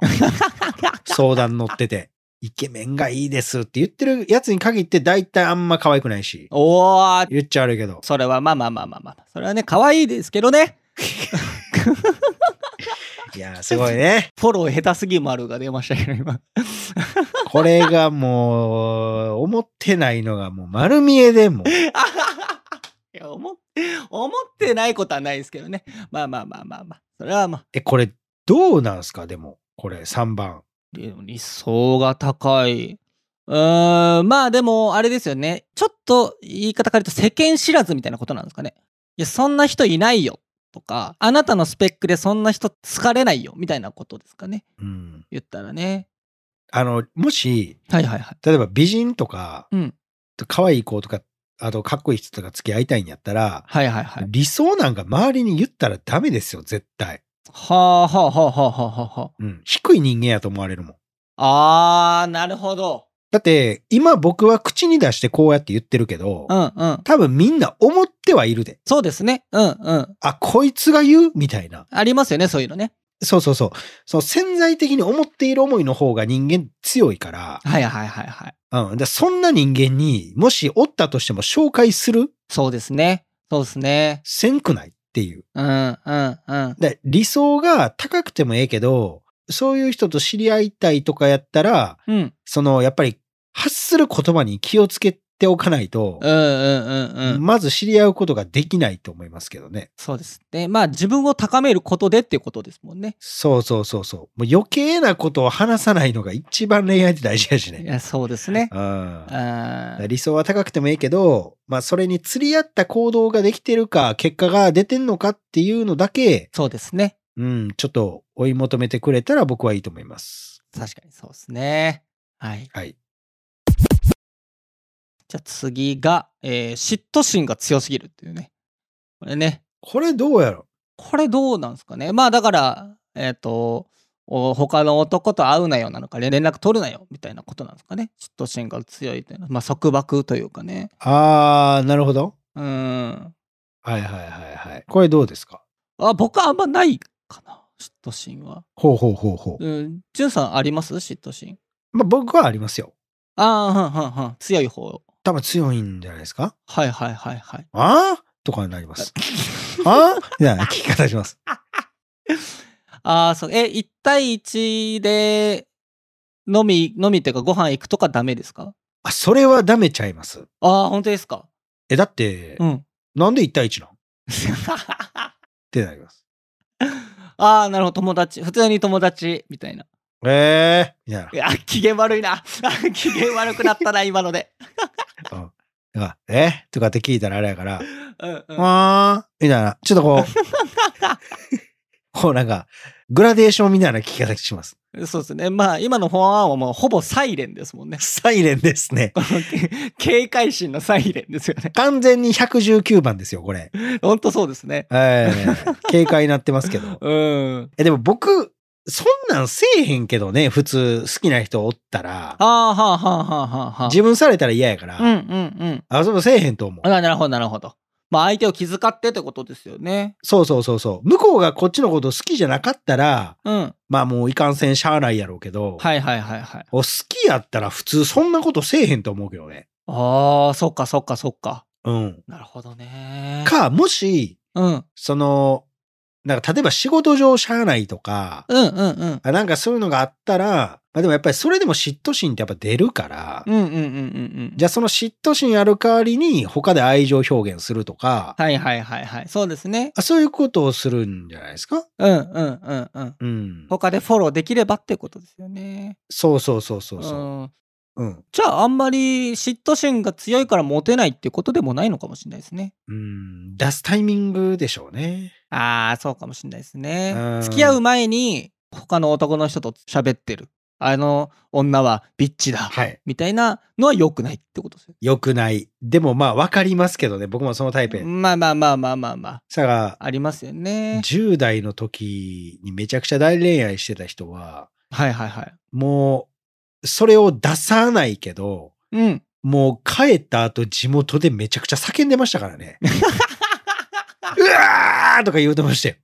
Speaker 1: 相談乗ってて。イケメンがいいですって言ってるやつに限って大体あんま可愛くないし。
Speaker 2: おー、
Speaker 1: 言っちゃ悪いけど。
Speaker 2: それはまあまあまあまあまあ。それはね、可愛いですけどね。
Speaker 1: いやー、すごいね。
Speaker 2: フォロー下手すぎ丸が出ましたけど、今。
Speaker 1: これがもう、思ってないのがもう丸見えでもう。
Speaker 2: いや思っ思ってないことはないですけどね。まあまあまあまあまあ。それはまあ。
Speaker 1: え、これどうなんすかでも、これ3番。
Speaker 2: でも理想が高い。うーん、まあでも、あれですよね。ちょっと言い方変えると世間知らずみたいなことなんですかね。いや、そんな人いないよとか、あなたのスペックでそんな人好かれないよみたいなことですかね。
Speaker 1: うん。
Speaker 2: 言ったらね。
Speaker 1: あの、もし、
Speaker 2: はいはいはい。
Speaker 1: 例えば美人とか、
Speaker 2: うん。
Speaker 1: 可愛い子とか、あとかっこいい人とか付き合いたいんやったら、
Speaker 2: はいはいはい。
Speaker 1: 理想なんか周りに言ったらダメですよ、絶対。
Speaker 2: はあはあはあはあはあは
Speaker 1: うん。低い人間やと思われるもん。
Speaker 2: あ。あー、なるほど。
Speaker 1: だって、今僕は口に出してこうやって言ってるけど
Speaker 2: う、んうん。
Speaker 1: 多分みんな思ってはいるで。
Speaker 2: そうですね。うんうん。
Speaker 1: あ、こいつが言うみたいな。
Speaker 2: ありますよね、そういうのね。
Speaker 1: そうそうそう。その潜在的に思っている思いの方が人間強いか
Speaker 2: はいはいはいはい。
Speaker 1: ら、うん。でそんな人間にもしおったとしても紹介する
Speaker 2: そうですね。そうですね。
Speaker 1: せんくないっていう。
Speaker 2: うんうんうん。
Speaker 1: で理想が高くてもええけど、そういう人と知り合いたいとかやったら、
Speaker 2: うん。
Speaker 1: そのやっぱり発する言葉に気をつけておかないと
Speaker 2: う、んうんうんうん。
Speaker 1: まず知り合うことができないと思いますけどね。
Speaker 2: そうですね。まあ自分を高めることでっていうことですもんね。
Speaker 1: そうそうそうそう。もう余計なことを話さないのが一番恋愛って大事やし
Speaker 2: い
Speaker 1: ね。
Speaker 2: やそうですね。
Speaker 1: うん。
Speaker 2: あー
Speaker 1: 理想は高くてもいいけど、まあそれに釣り合った行動ができてるか、結果が出てんのかっていうのだけ、
Speaker 2: そうですね。
Speaker 1: うん、ちょっと追い求めてくれたら僕はいいと思います。
Speaker 2: 確かにそうですね。はい。
Speaker 1: はい。
Speaker 2: じゃあ次が、えー嫉妬心が強すぎるっていうね。これね。
Speaker 1: これどうやろ
Speaker 2: これどうなんですかね。まあだから、えっ、と、お他の男と会うなよなのか、連連絡取るなよみたいなことなんですかね。嫉妬心が強いというのは、まあ束縛というかね。
Speaker 1: あー、なるほど。
Speaker 2: うん。
Speaker 1: はいはいはいはい。これどうですか
Speaker 2: あ、僕はあんまないかな。嫉妬心は。
Speaker 1: ほうほうほうほう。
Speaker 2: うん、じゅんさんあります嫉妬心。
Speaker 1: まあ僕はありますよ。
Speaker 2: ああ、はんはんはん。強い方。
Speaker 1: 多分強いんじゃないですか
Speaker 2: はいはいはいはい。
Speaker 1: ああとかになり ます。ああみたいな聞き方します。
Speaker 2: ああ、そう。え、1対1で、飲み、飲みっていうかご飯行くとかダメですか
Speaker 1: あ、それはダメちゃいます。
Speaker 2: ああ、本当ですか
Speaker 1: え、だって、
Speaker 2: うん。
Speaker 1: なんで1対1なんっ
Speaker 2: あ
Speaker 1: てなります。
Speaker 2: あ、なるほど。友達。普通に友達。みたいな。
Speaker 1: ええー、みたいない
Speaker 2: 。や、機嫌悪いな。あ機嫌悪くなったな、今ので。
Speaker 1: うんとか、えとかって聞いたらあれやから、
Speaker 2: うんうん
Speaker 1: わーみたいな、ちょっとこ う、こうなんか、グラデーションみたいな聞き方します。
Speaker 2: そうですね。まあ、今のフォンアンはもうほぼサイレンですもんね。
Speaker 1: サイレンですね。
Speaker 2: このけ警戒心のサイレンですよね。
Speaker 1: 完全に119番ですよ、これ。
Speaker 2: ほんとそうですね。
Speaker 1: えー、警戒になってますけど。
Speaker 2: うん。
Speaker 1: え、でも僕、そんなんせえへんけどね、普通、好きな人おったら、
Speaker 2: はあはあはあはあはあはあ。
Speaker 1: 自分されたら嫌やから、
Speaker 2: うんうんうん。
Speaker 1: あ、そうせえへんと思う。
Speaker 2: あなるほどなるほど。まあ、相手を気遣ってってことですよね。
Speaker 1: そうそうそうそう。向こうがこっちのこと好きじゃなかったら、
Speaker 2: うん。
Speaker 1: まあもういかんせんしゃあないやろうけど、
Speaker 2: はいはいはいはい。
Speaker 1: お好きやったら普通そんなことせえへんと思うけどね。
Speaker 2: ああ、そっかそっかそっか。
Speaker 1: うん。
Speaker 2: なるほどね。
Speaker 1: か、もし、
Speaker 2: うん。
Speaker 1: その、なんか例えば仕事上しゃあないとか、
Speaker 2: うんうんうん。
Speaker 1: あなんかそういうのがあったら、まあでもやっぱりそれでも嫉妬心ってやっぱ出るから、
Speaker 2: うんうんうんうんうん。
Speaker 1: じゃあその嫉妬心ある代わりに他で愛情表現するとか、
Speaker 2: はいはいはいはい。そうですね。
Speaker 1: あそういうことをするんじゃないですか
Speaker 2: うんうんうんうん。
Speaker 1: うん。
Speaker 2: 他でフォローできればってことですよね。
Speaker 1: そうそうそうそうそう。
Speaker 2: うん
Speaker 1: うん。
Speaker 2: じゃああんまり嫉妬心が強いからモテないっていうことでもないのかもしれないですね。
Speaker 1: うん。出すタイミングでしょうね。
Speaker 2: ああそうかもしれないですね
Speaker 1: うん。
Speaker 2: 付き合う前に他の男の人と喋ってるあの女はビッチだ、
Speaker 1: はい。
Speaker 2: みたいなのは良くないってことですよ。
Speaker 1: 良くない。でもまあ分かりますけどね、僕もそのタイプや。
Speaker 2: まあまあまあまあまあまあ
Speaker 1: さが、
Speaker 2: ありますよね。
Speaker 1: 10代の時にめちゃくちゃ大恋愛してた人は、
Speaker 2: はいはいはい。
Speaker 1: もう、それを出さないけど、
Speaker 2: うん。
Speaker 1: もう帰った後地元でめちゃくちゃ叫んでましたから ね。うわーとか言うてましたよ。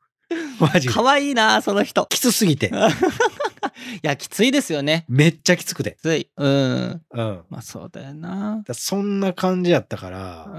Speaker 1: マジで。
Speaker 2: 可愛いなその人。
Speaker 1: きつすぎて。
Speaker 2: いやきついですよね。
Speaker 1: めっちゃきつくて
Speaker 2: き。つい。うん。
Speaker 1: うん。
Speaker 2: まあそうだよな。
Speaker 1: だそんな感じやったか
Speaker 2: う
Speaker 1: ら、
Speaker 2: ん。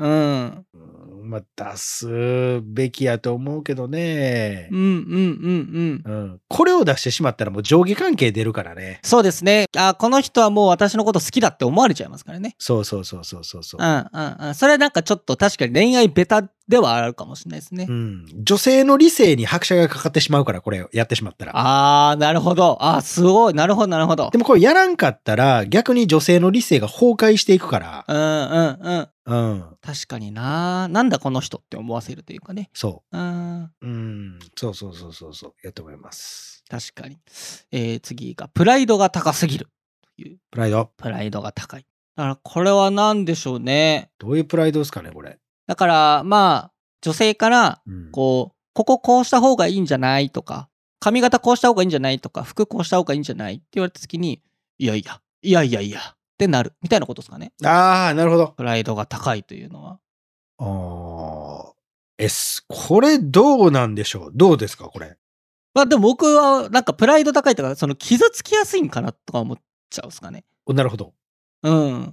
Speaker 1: うんまあ出すべきやと思うけどね
Speaker 2: うんうんう。んうん。
Speaker 1: うん。これを出してしまったらもう上下関係出るからね。
Speaker 2: そうですね。あこの人はもう私のこと好きだって思われちゃいますからね。
Speaker 1: そうそうそうそうそうそう
Speaker 2: うん。うんうん。それなんかちょっと確かに恋愛ベタではあるかもしれないですね。
Speaker 1: うん。女性の理性に拍車がかかってしまうから、これやってしまったら。
Speaker 2: あー、なるほど。あーすごい。なるほど、なるほど
Speaker 1: で。もこれやらんかったら、逆に女性の理性が崩壊していくから。
Speaker 2: うんうんうん。
Speaker 1: うん。
Speaker 2: 確かにな。なんだこの人って思わせるというかね。
Speaker 1: そ
Speaker 2: うん。
Speaker 1: う。うん。そうそうそうそうそう。やと思います。
Speaker 2: 確かに。えー、次が、プライドが高すぎる。という、
Speaker 1: プライド。
Speaker 2: プライドが高い。だから、これは何でしょうね。
Speaker 1: どういうプライドですかね、これ。
Speaker 2: だから、まあ、女性から、
Speaker 1: うん。
Speaker 2: こう、こここうした方がいいんじゃないとか、髪型こうした方がいいんじゃないとか、服こうした方がいいんじゃないって言われた時に、いやいや、いやいやいや、ってなる。みたいなことですかね。
Speaker 1: ああ、なるほど。
Speaker 2: プライドが高いというのは。
Speaker 1: ああ。S。これどうなんでしょうどうですか、これ。
Speaker 2: まあでも僕は、なんかプライド高いとか、その傷つきやすいんかなとか思っちゃうんですかね。
Speaker 1: おなるほど。
Speaker 2: うん。だ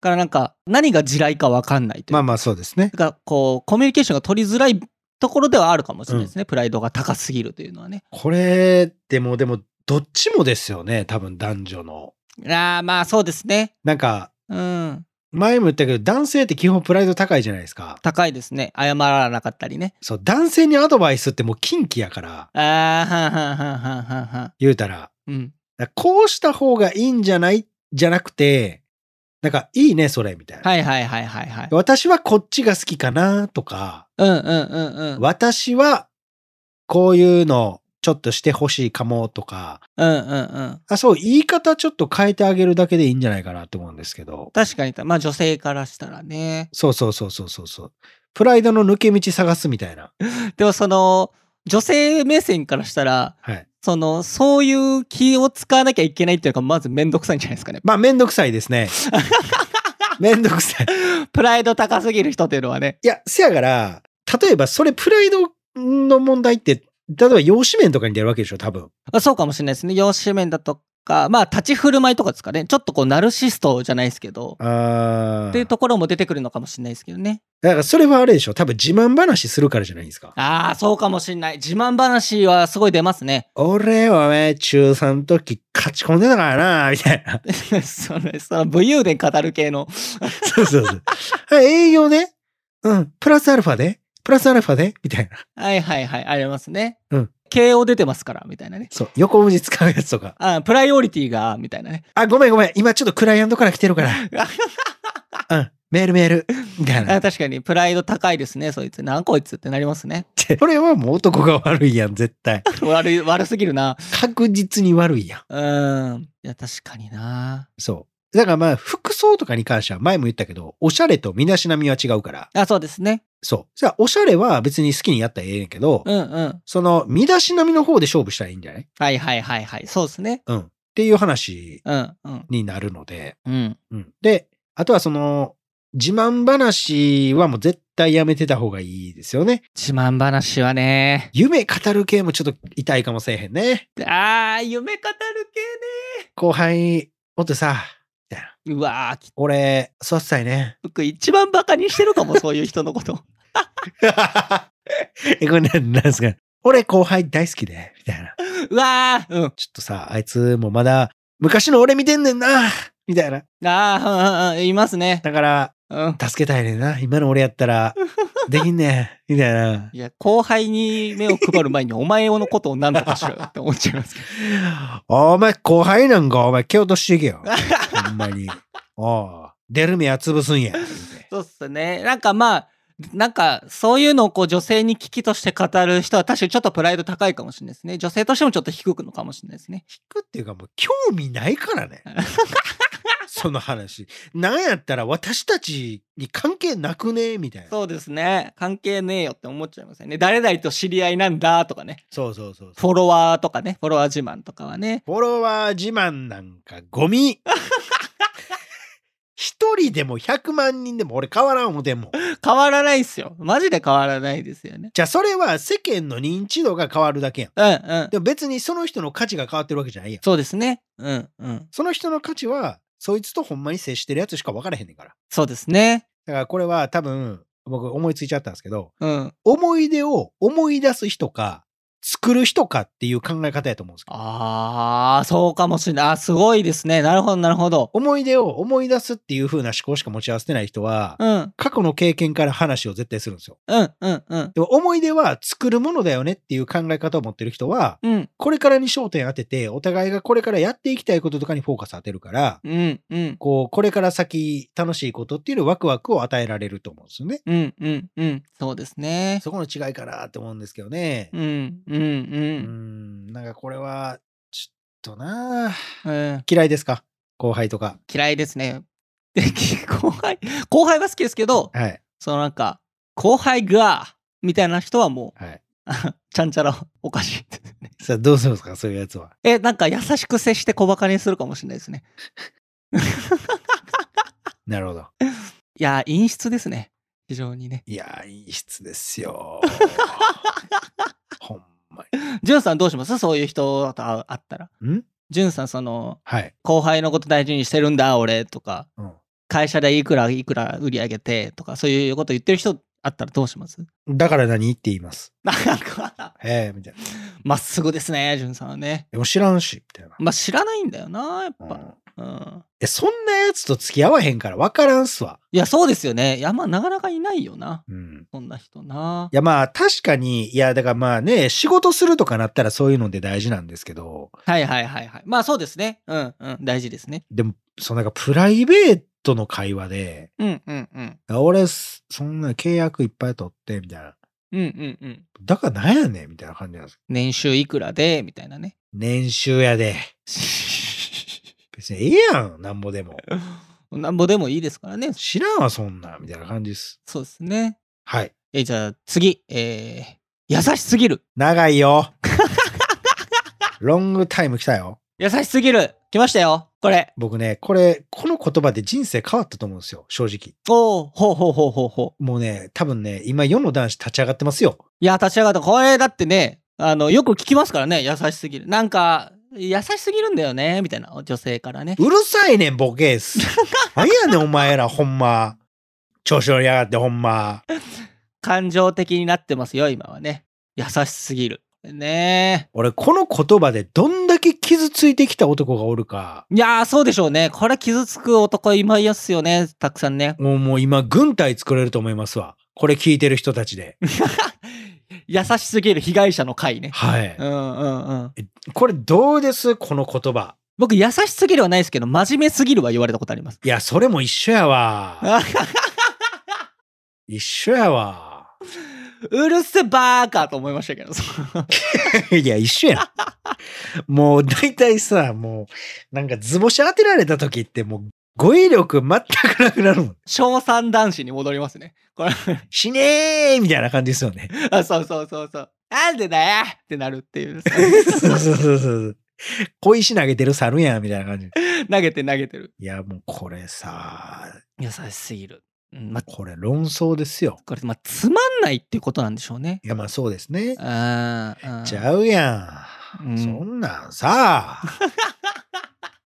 Speaker 2: からなんか、何が地雷かわかんないという
Speaker 1: まあ
Speaker 2: か。
Speaker 1: まあ、そうですね。
Speaker 2: だからこう、コミュニケーションが取りづらいところではあるかもしれないですね。プライドが高すぎるというのはね。
Speaker 1: これ、でも、でも、どっちもですよね、多分男女の。
Speaker 2: ああ、まあそうですね。
Speaker 1: なんか、
Speaker 2: うん。
Speaker 1: 前も言ったけど、男性って基本プライド高いじゃないですか。
Speaker 2: 高いですね。謝らなかったりね。
Speaker 1: そう、男性にアドバイスってもう禁忌やから、
Speaker 2: ああ、はんはんはんはんはんはん。
Speaker 1: 言うたら。
Speaker 2: うん。
Speaker 1: だからこうした方がいいんじゃないじゃなくて、なんか、いいね、それ、みたいな。
Speaker 2: はいはいはいはいはい。
Speaker 1: 私はこっちが好きかな、とか、
Speaker 2: うんうんうんうん。
Speaker 1: 私は、こういうの、ちょっとしてほしいかも、とか、
Speaker 2: うんうんうん。
Speaker 1: あ、そう、言い方ちょっと変えてあげるだけでいいんじゃないかなと思うんですけど。
Speaker 2: 確かに、まあ女性からしたらね。
Speaker 1: そうそうそうそうそうそう。プライドの抜け道探すみたいな。
Speaker 2: でもその、女性目線からしたら、
Speaker 1: はい。
Speaker 2: その、そういう気を使わなきゃいけないっていうのがまずめんどくさいんじゃないですかね。
Speaker 1: まあ、めんどくさいですね。めんどくさい。
Speaker 2: プライド高すぎる人っていうのはね。
Speaker 1: いや、せやから、例えばそれプライドの問題って、例えば養子面とかに出るわけでしょ、多分。
Speaker 2: あそうかもしれないですね。容姿面だとか、まあ立ち振る舞いとかですかね。ちょっとこう、ナルシストじゃないですけど、
Speaker 1: あ
Speaker 2: っていうところも出てくるのかもしれないですけどね。
Speaker 1: だからそれはあれでしょ、多分自慢話するからじゃないですか。
Speaker 2: ああ、そうかもしれない。自慢話はすごい出ますね。
Speaker 1: 俺はね、中3の時勝ち込んでたからな、みたい な。
Speaker 2: それ、その武勇伝語る系の。
Speaker 1: そうそうそう。営業ね。うん。プラスアルファで。プラスアルファで。みたいな。
Speaker 2: はいはいはい、ありますね。
Speaker 1: うん。
Speaker 2: 慶応出てますから、みたいなね。
Speaker 1: そう。横文字使うやつとか。
Speaker 2: あプライオリティが、みたいなね。
Speaker 1: あ、ごめんごめん。今ちょっとクライアントから来てるから。うん。メールメールみたい
Speaker 2: あ
Speaker 1: な。
Speaker 2: 確かにプライド高いですねそいつなんこいつってなりますね
Speaker 1: これはもう男が悪いやん、絶対。
Speaker 2: 悪い悪すぎるな
Speaker 1: 確実に悪いやん。
Speaker 2: うんいや確かにな
Speaker 1: そう。だからまあ、服装とかに関しては前も言ったけど、おしゃれと身だしなみは違うから。
Speaker 2: あそうですね
Speaker 1: そう。じゃあ、おしゃれは別に好きにやったらええねんけど、
Speaker 2: うんうん
Speaker 1: その、身だしなみの方で勝負したらいいんじゃない
Speaker 2: はいはいはいはいそうですね
Speaker 1: うん。っていう話
Speaker 2: うんうん
Speaker 1: になるので、
Speaker 2: うん
Speaker 1: うん。で、あとはその、自慢話はもう絶対やめてた方がいいですよね。
Speaker 2: 自慢話はね
Speaker 1: 夢語る系もちょっと痛いかもしれへんね。
Speaker 2: あー夢語る系
Speaker 1: 後輩、おってさ、
Speaker 2: ねうわーき
Speaker 1: 俺、育てたいね。
Speaker 2: 僕一番バカにしてるかもそういう人のこと
Speaker 1: え、これなんなんですか俺後輩大好きで、みたいな。
Speaker 2: うわーうん
Speaker 1: ちょっとさ、あいつもまだ昔の俺見てんねんな、みたいな。
Speaker 2: あーうんうんうんいますね
Speaker 1: だから、
Speaker 2: うん
Speaker 1: 助けたいねんな。今の俺やったら、できんねん、みたいな。
Speaker 2: いや後輩に目を配る前にお前のことを何とかしろよって思っちゃいますけど
Speaker 1: お前後輩なんか、お前蹴落としていけよ。ほんまに。おう出る目は潰すんや。
Speaker 2: そうっすね。なんかまあ、なんかそういうのをこう女性に危機として語る人は確かにちょっとプライド高いかもしれないですね。女性としてもちょっと低くのかもしれないですね。
Speaker 1: 聞くっていうかもう興味ないから ね。その話。なんやったら私たちに関係なくねみたいな。
Speaker 2: そうですね。関係ねえよって思っちゃいますよね。誰々と知り合いなんだとかね。
Speaker 1: そうそうそうそう。
Speaker 2: フォロワーとかね。フォロワー自慢とかはね。
Speaker 1: フォロワー自慢なんかゴ ミ。一人でも100万人でも俺変わらん思てんもん。
Speaker 2: 変わらないっすよ。マジで変わらないですよね。
Speaker 1: じゃあそれは世間の認知度が変わるだけやん。
Speaker 2: うんうん。
Speaker 1: でも別にその人の価値が変わってるわけじゃないやん。
Speaker 2: そうですね。うんうん。
Speaker 1: その人の価値はそいつとほんまに接してるやつしか分からへんねんから。
Speaker 2: そうですね。
Speaker 1: だからこれは多分僕思いついちゃったんですけど、
Speaker 2: うん。
Speaker 1: 思い出を思い出す人か、作る人かっていう考え方やと思うんですけど、
Speaker 2: あー、そうかもしれない。あー、すごいですね。なるほど、なるほど。
Speaker 1: 思い出を思い出すっていう風な思考しか持ち合わせてない人は、
Speaker 2: うん、
Speaker 1: 過去の経験から話を絶対するんですよ。
Speaker 2: うん、うん、うん。
Speaker 1: でも思い出は作るものだよねっていう考え方を持ってる人は、
Speaker 2: うん、
Speaker 1: これからに焦点当てて、お互いがこれからやっていきたいこととかにフォーカス当てるから、
Speaker 2: うん、うん。
Speaker 1: こう、これから先楽しいことっていうよりワクワクを与えられると思うんですよね。
Speaker 2: うんうんうん。そうですね。
Speaker 1: そこの違いかなって思うんですけどね。
Speaker 2: うんうん
Speaker 1: う
Speaker 2: う
Speaker 1: ん、
Speaker 2: ん
Speaker 1: なんかこれは、ちょっとなあ
Speaker 2: うん。
Speaker 1: 嫌いですか後輩とか。
Speaker 2: 嫌いですね。 で後輩、後輩は好きですけど、
Speaker 1: はい。
Speaker 2: そのなんか、後輩が、みたいな人はもう
Speaker 1: はい。
Speaker 2: あ、ちゃんちゃらおかしい ですね。
Speaker 1: さあ、どうするんですかそういうやつは。
Speaker 2: え、なんか優しく接して小馬鹿にするかもしれないですね。
Speaker 1: なるほど。
Speaker 2: いや、陰湿ですね。非常にね。
Speaker 1: いやー、いい質ですよ。 ほんま
Speaker 2: ジュンさんどうしますそういう人と会う会ったら。
Speaker 1: に。ん
Speaker 2: ジュンさん、その、
Speaker 1: はい。
Speaker 2: 後輩のこと大事にしてるんだ、俺、とか、
Speaker 1: うん。
Speaker 2: 会社でいくらいくら売り上げて、とか、そういうこと言ってる人あったらどうします
Speaker 1: だから何って言います。
Speaker 2: なんか、
Speaker 1: ええみたいな。
Speaker 2: まっすぐですね、じゅんさんはね。
Speaker 1: でも知らんし、みたいな。
Speaker 2: まあ、知らないんだよな、やっ
Speaker 1: う
Speaker 2: ぱ。
Speaker 1: ん
Speaker 2: うん。
Speaker 1: え、そんなやつと付き合わへんから分からんすわ。
Speaker 2: いや、そうですよね。いや、まあ、なかなかいないよな。
Speaker 1: うん。
Speaker 2: そんな人な。
Speaker 1: いや、まあ、確かに、いや、だからまあね、仕事するとかなったらそういうので大事なんですけど、
Speaker 2: はいはいはいはい。まあ、そうですね。うんうん。大事ですね。
Speaker 1: でも、そのなんかプライベートの会話で、
Speaker 2: うんうんうん。
Speaker 1: あ俺、そんな契約いっぱい取って、みたいな。
Speaker 2: うんうんうん。
Speaker 1: だからなんやねんみたいな感じなんです。
Speaker 2: 年収いくらで、みたいなね。
Speaker 1: 年収やで。別にええやん、なんぼでも。
Speaker 2: なんぼでもいいですからね。
Speaker 1: 知らんわ、そんなん、みたいな感じです。
Speaker 2: そうですね。
Speaker 1: はい。
Speaker 2: え、じゃあ次。えー、優しすぎる。
Speaker 1: 長いよ。ロングタイム来たよ。
Speaker 2: 優しすぎる。来ましたよ。これ。
Speaker 1: 僕ね、これ、この言葉で人生変わったと思うんですよ、正直。
Speaker 2: おおほうほうほうほうほう。
Speaker 1: もうね、多分ね、今世の男子立ち上がってますよ。
Speaker 2: いや、立ち上がった。これだってね、あの、よく聞きますからね、優しすぎる。なんか、優しすぎるんだよね、みたいな、女性からね。
Speaker 1: うるさいねん、ボケース。なんやねん、お前ら、ほんま。調子乗りやがって、ほんま。
Speaker 2: 感情的になってますよ、今はね。優しすぎる。ね
Speaker 1: 俺、この言葉でどんだけ傷ついてきた男がおるか、
Speaker 2: え。いやー、そうでしょうね。これ傷つく男今いますよね、たくさんね。
Speaker 1: もうもう今、軍隊作れると思いますわ。これ聞いてる人たち で。
Speaker 2: 優しすぎる被害者の会ね。
Speaker 1: はい。
Speaker 2: うんうんうん。
Speaker 1: これどうですこの言葉。
Speaker 2: 僕、優しすぎるはないですけど、真面目すぎるは言われたことあります。
Speaker 1: いや、それも一緒やわ。一緒やわ。
Speaker 2: うるせばーかと思いましたけど。
Speaker 1: いや、一緒やん。もう、大体さ、もう、なんか図星当てられた時って、もう、語彙力全くなくなるもん。
Speaker 2: 小三男子に戻りますね。これ
Speaker 1: 死ねーみたいな感じですよね。
Speaker 2: あ、そうそうそうそう。なんでだよってなるっていう。
Speaker 1: そう そうそうそう。小石投げてる猿やん、みたいな感じ。
Speaker 2: 投げて投げてる。
Speaker 1: いや、もうこれさ、
Speaker 2: 優しすぎる。うん、まあ、
Speaker 1: これ論争ですよ。
Speaker 2: これ、まあ、つまんないっていうことなんでしょうね。
Speaker 1: いや、まあそうですね。
Speaker 2: あーあー。
Speaker 1: ちゃうやん。
Speaker 2: うん
Speaker 1: そんなん さ、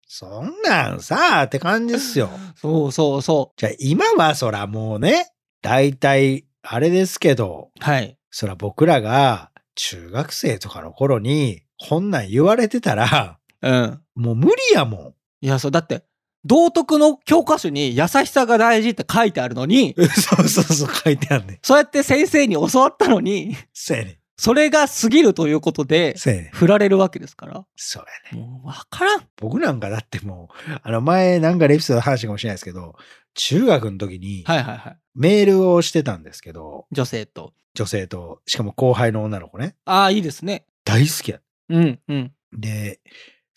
Speaker 1: そんなんさ、って感じですよ。
Speaker 2: そうそうそ
Speaker 1: じゃあ今はそらもうね、大体あれですけど、
Speaker 2: う。はい。
Speaker 1: そら僕らが中学生とかの頃にこんなん言われてたら、
Speaker 2: うん。
Speaker 1: もう無理やも
Speaker 2: いや、そう、だって、道徳の教科書に優しさが大事って書いてあるのに、
Speaker 1: ん。 そうそうそう書いてあんねん。
Speaker 2: そうやって先生に教わったのに、
Speaker 1: そうやねん。
Speaker 2: それが過ぎるということで、
Speaker 1: そうやねん。
Speaker 2: 振られるわけですから。
Speaker 1: そうやねん。
Speaker 2: もう、わからん。
Speaker 1: 僕なんかだってもう、あの前なんかレピソードの話かもしれないですけど、中学の時に
Speaker 2: はいはいはい。
Speaker 1: メールをしてたんですけど、
Speaker 2: 女性と。
Speaker 1: 女性と、しかも後輩の女の子ね、
Speaker 2: ああ、いいですね。
Speaker 1: 大好きや。
Speaker 2: うん、うん。
Speaker 1: で、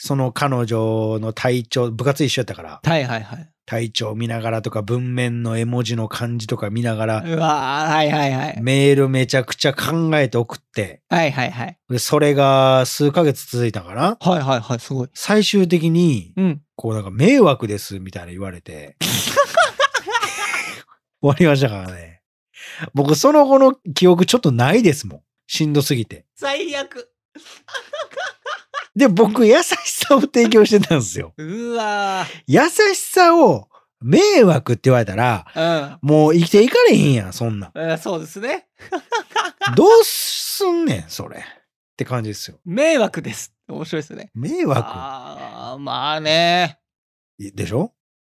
Speaker 1: その彼女の体調、部活一緒やったから、
Speaker 2: はいはいはい。
Speaker 1: 体調見ながらとか文面の絵文字の漢字とか見ながら、
Speaker 2: うわーはいはいはい。
Speaker 1: メールめちゃくちゃ考えて送って、
Speaker 2: はいはいはい。
Speaker 1: でそれが数ヶ月続いたかな。
Speaker 2: はいはいはい、すごい。
Speaker 1: 最終的に、
Speaker 2: うん。
Speaker 1: こうなんか迷惑ですみたいな言われ て。終わりましたからね。僕その後の記憶ちょっとないですもん。しんどすぎて。
Speaker 2: 最悪。
Speaker 1: で、僕優しさを提供してたんですよ。
Speaker 2: うわー
Speaker 1: 優しさを迷惑って言われたら、もう生きていかれへんやん、そん なん。
Speaker 2: うん。うん、そうですね。
Speaker 1: どうすんねん、それ。って感じですよ。
Speaker 2: 迷惑です。面白いですね。
Speaker 1: 迷惑
Speaker 2: ああ、まあね。
Speaker 1: でしょ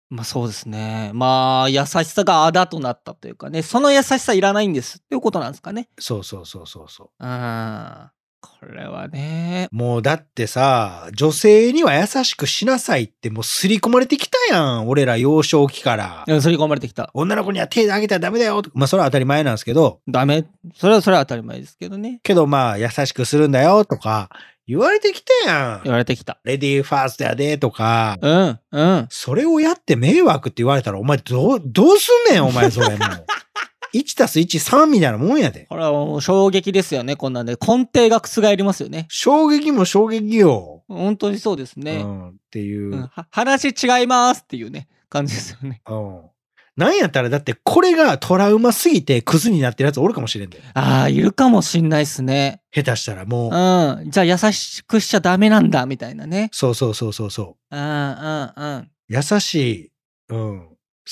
Speaker 2: まあそうですね。まあ、優しさがあだとなったというかね、その優しさいらないんですっていうことなんですかね。
Speaker 1: そうそうそうそうそ
Speaker 2: うん。これはね。
Speaker 1: う。もうだってさ、女性には優しくしなさいってもう刷り込まれてきたやん。俺ら幼少期から。
Speaker 2: うん、それが生まれてきた。
Speaker 1: 女の子には手であげたらダメだよとかまあそれは当たり前なんですけど、
Speaker 2: ダメ。それは、それは当たり前ですけどね。
Speaker 1: けどまあ優しくするんだよとか言われてきたや
Speaker 2: 言
Speaker 1: ん。
Speaker 2: われてきた。
Speaker 1: レディーファーストやでとか、
Speaker 2: うん、うん。
Speaker 1: それをやって迷惑って言われたらお前どう、どうすんねんお前それもう。1たす1、3みたいなもんやで。
Speaker 2: これはもう衝撃ですよね、こんなんで。根底が覆りますよね。
Speaker 1: 衝撃も衝撃よ。
Speaker 2: 本当にそうです
Speaker 1: う
Speaker 2: ね。
Speaker 1: ん、っていう。
Speaker 2: うん、は話違いますっていうね、感じですよね。
Speaker 1: うん。なんやったらだってこれがトラウマすぎてクズになってるやつおるかもしれんで。
Speaker 2: ああ、いるかもしんないっすね。
Speaker 1: 下手したらもう。
Speaker 2: うん。じゃあ優しくしちゃダメなんだ、みたいなね。
Speaker 1: そうそうそうそうそう。
Speaker 2: うん、うん、うん。
Speaker 1: 優しい、うん、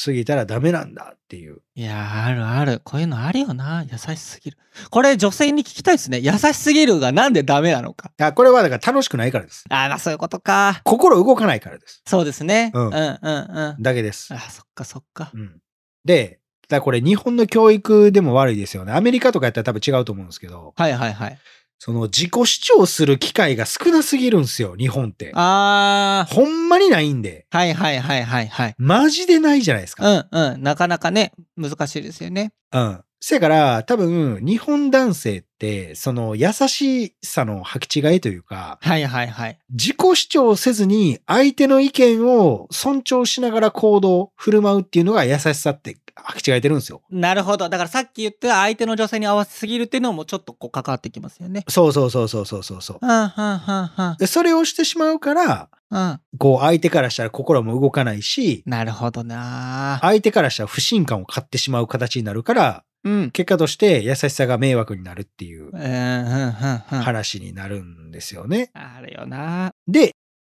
Speaker 1: 過ぎたらダメなんだっていう。
Speaker 2: いやー、あるある。こういうのあるよな。優しすぎる。これ女性に聞きたいですね。優しすぎるがなんでダメなのか。
Speaker 1: あ、これはだから楽しくないからです。
Speaker 2: ああ、まあそういうことか。
Speaker 1: 心動かないからです。
Speaker 2: そうですね。
Speaker 1: うん
Speaker 2: うん、うん、うん。あ
Speaker 1: だけです。
Speaker 2: あ、そっかそっか
Speaker 1: う。ん。で、だからこれ日本の教育でも悪いですよね。アメリカとかやったら多分違うと思うんですけど、
Speaker 2: はいはいはい。
Speaker 1: その自己主張する機会が少なすぎるんですよ、日本って。
Speaker 2: あ
Speaker 1: ほんまにないんで、
Speaker 2: あ、はいはいはいはいはい。
Speaker 1: マジでないじゃないです
Speaker 2: う
Speaker 1: か。
Speaker 2: んうん。なかなかね、難しいですよね。
Speaker 1: うん。せやから、多分、日本男性って、その優しさの履き違いというか、
Speaker 2: はいはいはい。
Speaker 1: 自己主張せずに相手の意見を尊重しながら行動、振る舞うっていうのが優しさって履き違えてるんですよ。
Speaker 2: なるほど。だからさっき言った相手の女性に合わせすぎるっていうのもちょっとこう関わってきますよね。
Speaker 1: そうそうそうそうそうそうそう
Speaker 2: うんうんうんうん
Speaker 1: で。それをしてしまうから、
Speaker 2: うん。
Speaker 1: こう相手からしたら心も動かないし、
Speaker 2: なるほどな
Speaker 1: 相手からしたら不信感を買ってしまう形になるから、
Speaker 2: うん。
Speaker 1: 結果として優しさが迷惑になるっていう
Speaker 2: うんうんうんうん。
Speaker 1: 話になるんですよね。
Speaker 2: あるよな
Speaker 1: で、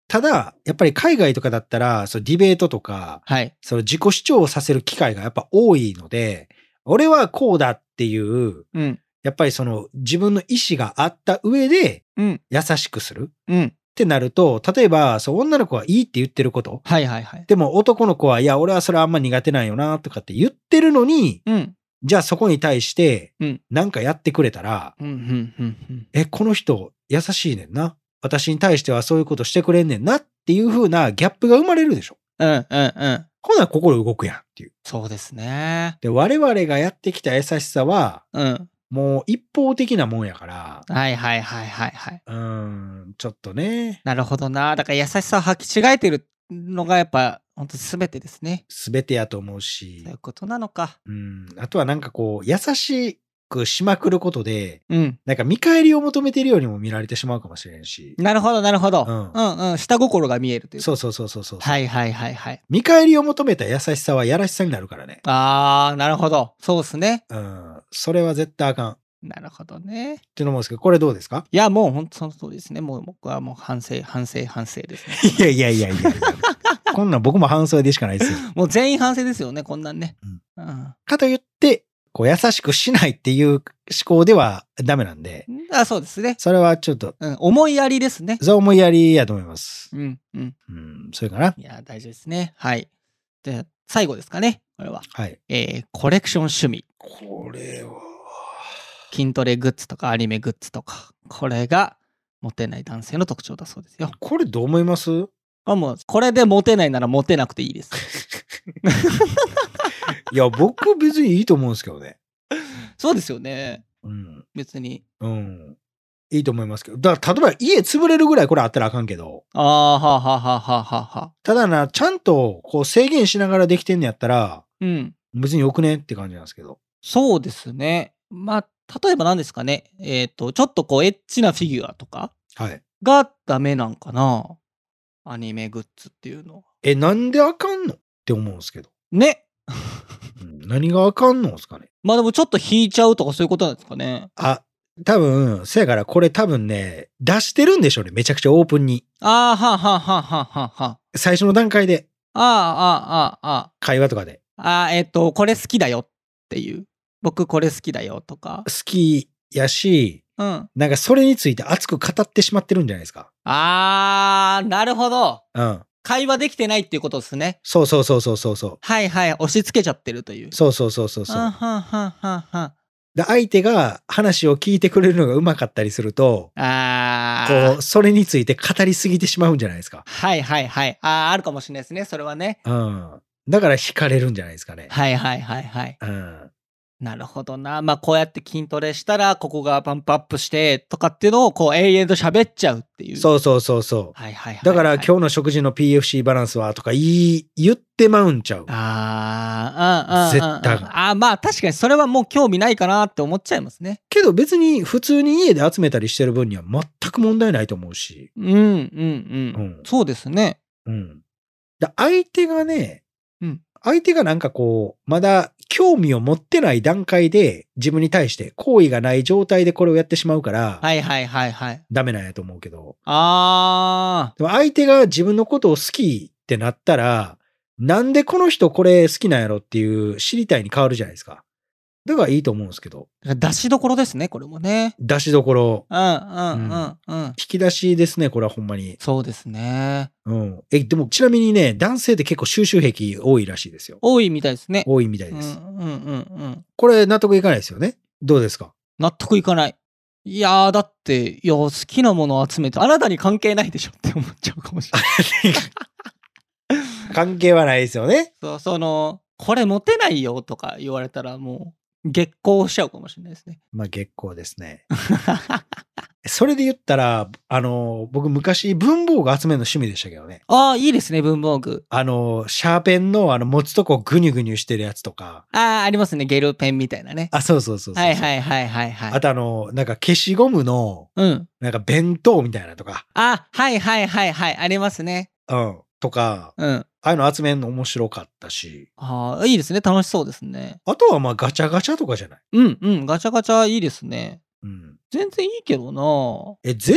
Speaker 1: ただ、やっぱり海外とかだったら、そのディベートとか、
Speaker 2: はい。
Speaker 1: その自己主張をさせる機会がやっぱ多いので、俺はこうだっていう、
Speaker 2: うん。
Speaker 1: やっぱりその自分の意思があった上で
Speaker 2: うん。
Speaker 1: 優しくするっ
Speaker 2: うん。
Speaker 1: てなると、例えば、そう女の子はいいって言ってること、
Speaker 2: はいはいはい。
Speaker 1: でも男の子は、いや、俺はそれあんま苦手なんよなとかって言ってるのに、
Speaker 2: うん。
Speaker 1: じゃあそこに対して
Speaker 2: うん、
Speaker 1: なんかやってくれたら、
Speaker 2: うんうんうんうん。
Speaker 1: え、この人優しいねんな。私に対してはそういうことしてくれんねんなっっていう風なギャップが生まれるでしょ。
Speaker 2: うんうんうん。
Speaker 1: ほな心動くやんっていう。
Speaker 2: そうですね。
Speaker 1: で、我々がやってきた優しさは、
Speaker 2: うん。
Speaker 1: もう一方的なもんやから、
Speaker 2: はいはいはいはいはい。
Speaker 1: うーん、ちょっとね、
Speaker 2: なるほどな。だから優しさを履き違えてるのがやっぱ本当全てですね。
Speaker 1: すべてやと思うし
Speaker 2: そうい、うことなのか。
Speaker 1: うん、あとはなんかこう、優しくしまくることで、
Speaker 2: うん。
Speaker 1: なんか見返りを求めてるようにも見られてしまうかもしれんし、
Speaker 2: なるほどなるほど。
Speaker 1: う
Speaker 2: うんん、うん、下心が見えるというか。
Speaker 1: そうそうそうそうそう、
Speaker 2: はいはいはいはい。
Speaker 1: 見返りを求めた優しさはやらしさになるからね。
Speaker 2: あー、なるほど。そうですね。
Speaker 1: うん、それは絶対あかん。っ
Speaker 2: なるほどね。
Speaker 1: てのもんですけど、これどうですか
Speaker 2: いや、もう本当その通りですね。もう僕はもう反省、反省、反省です ね。
Speaker 1: いやいやいやいやいや。 こんなん僕も半袖でしかないですよ。
Speaker 2: もう全員反省ですよね、こんなんね。うん。
Speaker 1: かといって、こう優しくしないっていう思考ではダメなんで、
Speaker 2: あ、そうですね。
Speaker 1: それはちょっと、
Speaker 2: うん。思いやりですね。
Speaker 1: そう思いやりやと思います。
Speaker 2: うん。うん。
Speaker 1: うん、それかな。
Speaker 2: いや、大丈夫ですね。はい。で、最後ですかね。これは。
Speaker 1: はい。
Speaker 2: えー、コレクション趣味。
Speaker 1: これは、
Speaker 2: 筋トレグッズとかアニメグッズとか。これが、モテない男性の特徴だそうですよ。
Speaker 1: これどう思います
Speaker 2: あもう、これでモテないならモテなくていい です。
Speaker 1: いや、僕別にいいと思うんですけどね。
Speaker 2: そうですよね。
Speaker 1: うん。
Speaker 2: 別に。
Speaker 1: うん。いいと思いますけど。だから、例えば家潰れるぐらいこれあったらあかんけど、
Speaker 2: ああ、はあはあはあはあはあはあ。
Speaker 1: ただな、ちゃんとこう制限しながらできてんのやったら、
Speaker 2: うん。
Speaker 1: 別によくねって感じなんですけど。
Speaker 2: そうですね。まあ、例えば何ですかね。えっ、と、ちょっとこう、エッチなフィギュアとか
Speaker 1: はい。
Speaker 2: がダメなんかな。アニメグッズっていうのは。
Speaker 1: え、なんであかんのって思うんですけど。
Speaker 2: ね。
Speaker 1: うん、何があかんのですかね。
Speaker 2: まあでもちょっと引いちゃうとかそういうことなんですかね。
Speaker 1: あ、多分、せやからこれ多分ね、出してるんでしょうね。めちゃくちゃオープンに。
Speaker 2: ああ、はあはあはあはあはあは
Speaker 1: 最初の段階で、
Speaker 2: あ。ああ、ああ、あ
Speaker 1: 会話とかで。
Speaker 2: あ。ああ、えっ、と、これ好きだよっていう。僕これ好きだよとか
Speaker 1: 好。きやし、
Speaker 2: うん。
Speaker 1: なんかそれについて熱く語ってしまってるんじゃないですか。
Speaker 2: ああ、なるほど。
Speaker 1: うん。
Speaker 2: 会話できてないっていうことですね。
Speaker 1: そうそうそうそうそうそう。
Speaker 2: はいはい。押し付けちゃってるという。
Speaker 1: そうそうそうそうそ
Speaker 2: あ
Speaker 1: う。
Speaker 2: はんはんはんはん。
Speaker 1: で、相手が話を聞いてくれるのがうまかったりすると、
Speaker 2: ああ。
Speaker 1: こう、それについて語りすぎてしまうんじゃないですか。
Speaker 2: はいはいはい。ああ、あるかもしれないですね。それはね。
Speaker 1: うん。だから惹かれるんじゃないですかね。
Speaker 2: はいはいはいはい。
Speaker 1: うん。
Speaker 2: なるほどな。まあこうやって筋トレしたら、ここがパンプアップしてとかっていうのをこう永遠と喋っちゃうっていう。う。
Speaker 1: そうそうそうそう。
Speaker 2: はいはいはい、
Speaker 1: だから今
Speaker 2: 日。
Speaker 1: 日の食事の PFC バランスはとか言い、言ってまうんちゃう。
Speaker 2: ああ、うんうんうんうん。
Speaker 1: 絶対
Speaker 2: ああ、まあ確かにそれはもう興味ないかなって思っちゃいますね。
Speaker 1: けど別に普通に家で集めたりしてる分には全く問題ないと思うし。
Speaker 2: うんうんうん。
Speaker 1: うん
Speaker 2: そうですね。
Speaker 1: うん。だ相手がね、
Speaker 2: うん
Speaker 1: 相手がなんかこう、まだ興味を持ってない段階で自分に対して好意がない状態でこれをやってしまうから、
Speaker 2: はいはいはいはい。
Speaker 1: ダメなんやと思うけど。
Speaker 2: あ
Speaker 1: でも相手が自分のことを好きってなったら、なんでこの人これ好きなんやろっていう知りたいに変わるじゃないですか。だからいいと思うんですけど。
Speaker 2: あ。出しどころですね、これもね。
Speaker 1: 出しどころ。
Speaker 2: うんうんうんうん。
Speaker 1: 引き出しですね、これはほんまに。
Speaker 2: そうですね。
Speaker 1: うん。え、でもちなみにね、男性って結構収集癖多いらしいですよ。
Speaker 2: 多いみたいですね。
Speaker 1: 多いみたい
Speaker 2: うんう
Speaker 1: で
Speaker 2: ん
Speaker 1: す。
Speaker 2: うんうん。
Speaker 1: これ納得いかないですよね。どうですか
Speaker 2: 納得いかない。いやー、だって、いや、好きなものを集めて、あなたに関係ないでしょって思っちゃうかもしれない。
Speaker 1: 関係はないですよね。
Speaker 2: そうその、これモテないよとか言われたら、もう、激高しちゃうかもしれないですね。
Speaker 1: まあ結構ですね。 それで言ったら、あの、僕昔文房具集めるの趣味でしたけどね。
Speaker 2: ああ、いいですね、文房具。
Speaker 1: あの、シャーペンのあの持つとこグニュグニュしてるやつとか。
Speaker 2: ああ、ありますね、ゲルペンみたいなね。
Speaker 1: あ、そうそうそうそう
Speaker 2: はいはいはいはいはい。
Speaker 1: あとあの、なんか消しゴムの、
Speaker 2: うん。
Speaker 1: なんか弁当みたいなとか。
Speaker 2: あ、はいはいはいはい、ありますね。
Speaker 1: うん。とか、
Speaker 2: うん。
Speaker 1: ああいうの集めるの面白かったし。
Speaker 2: ああ、いいですね、楽しそうですね。
Speaker 1: あとはまあガチャガチャとかじゃない。
Speaker 2: うんうん、ガチャガチャいいですね。
Speaker 1: うん。
Speaker 2: 全然いいけどな
Speaker 1: え、全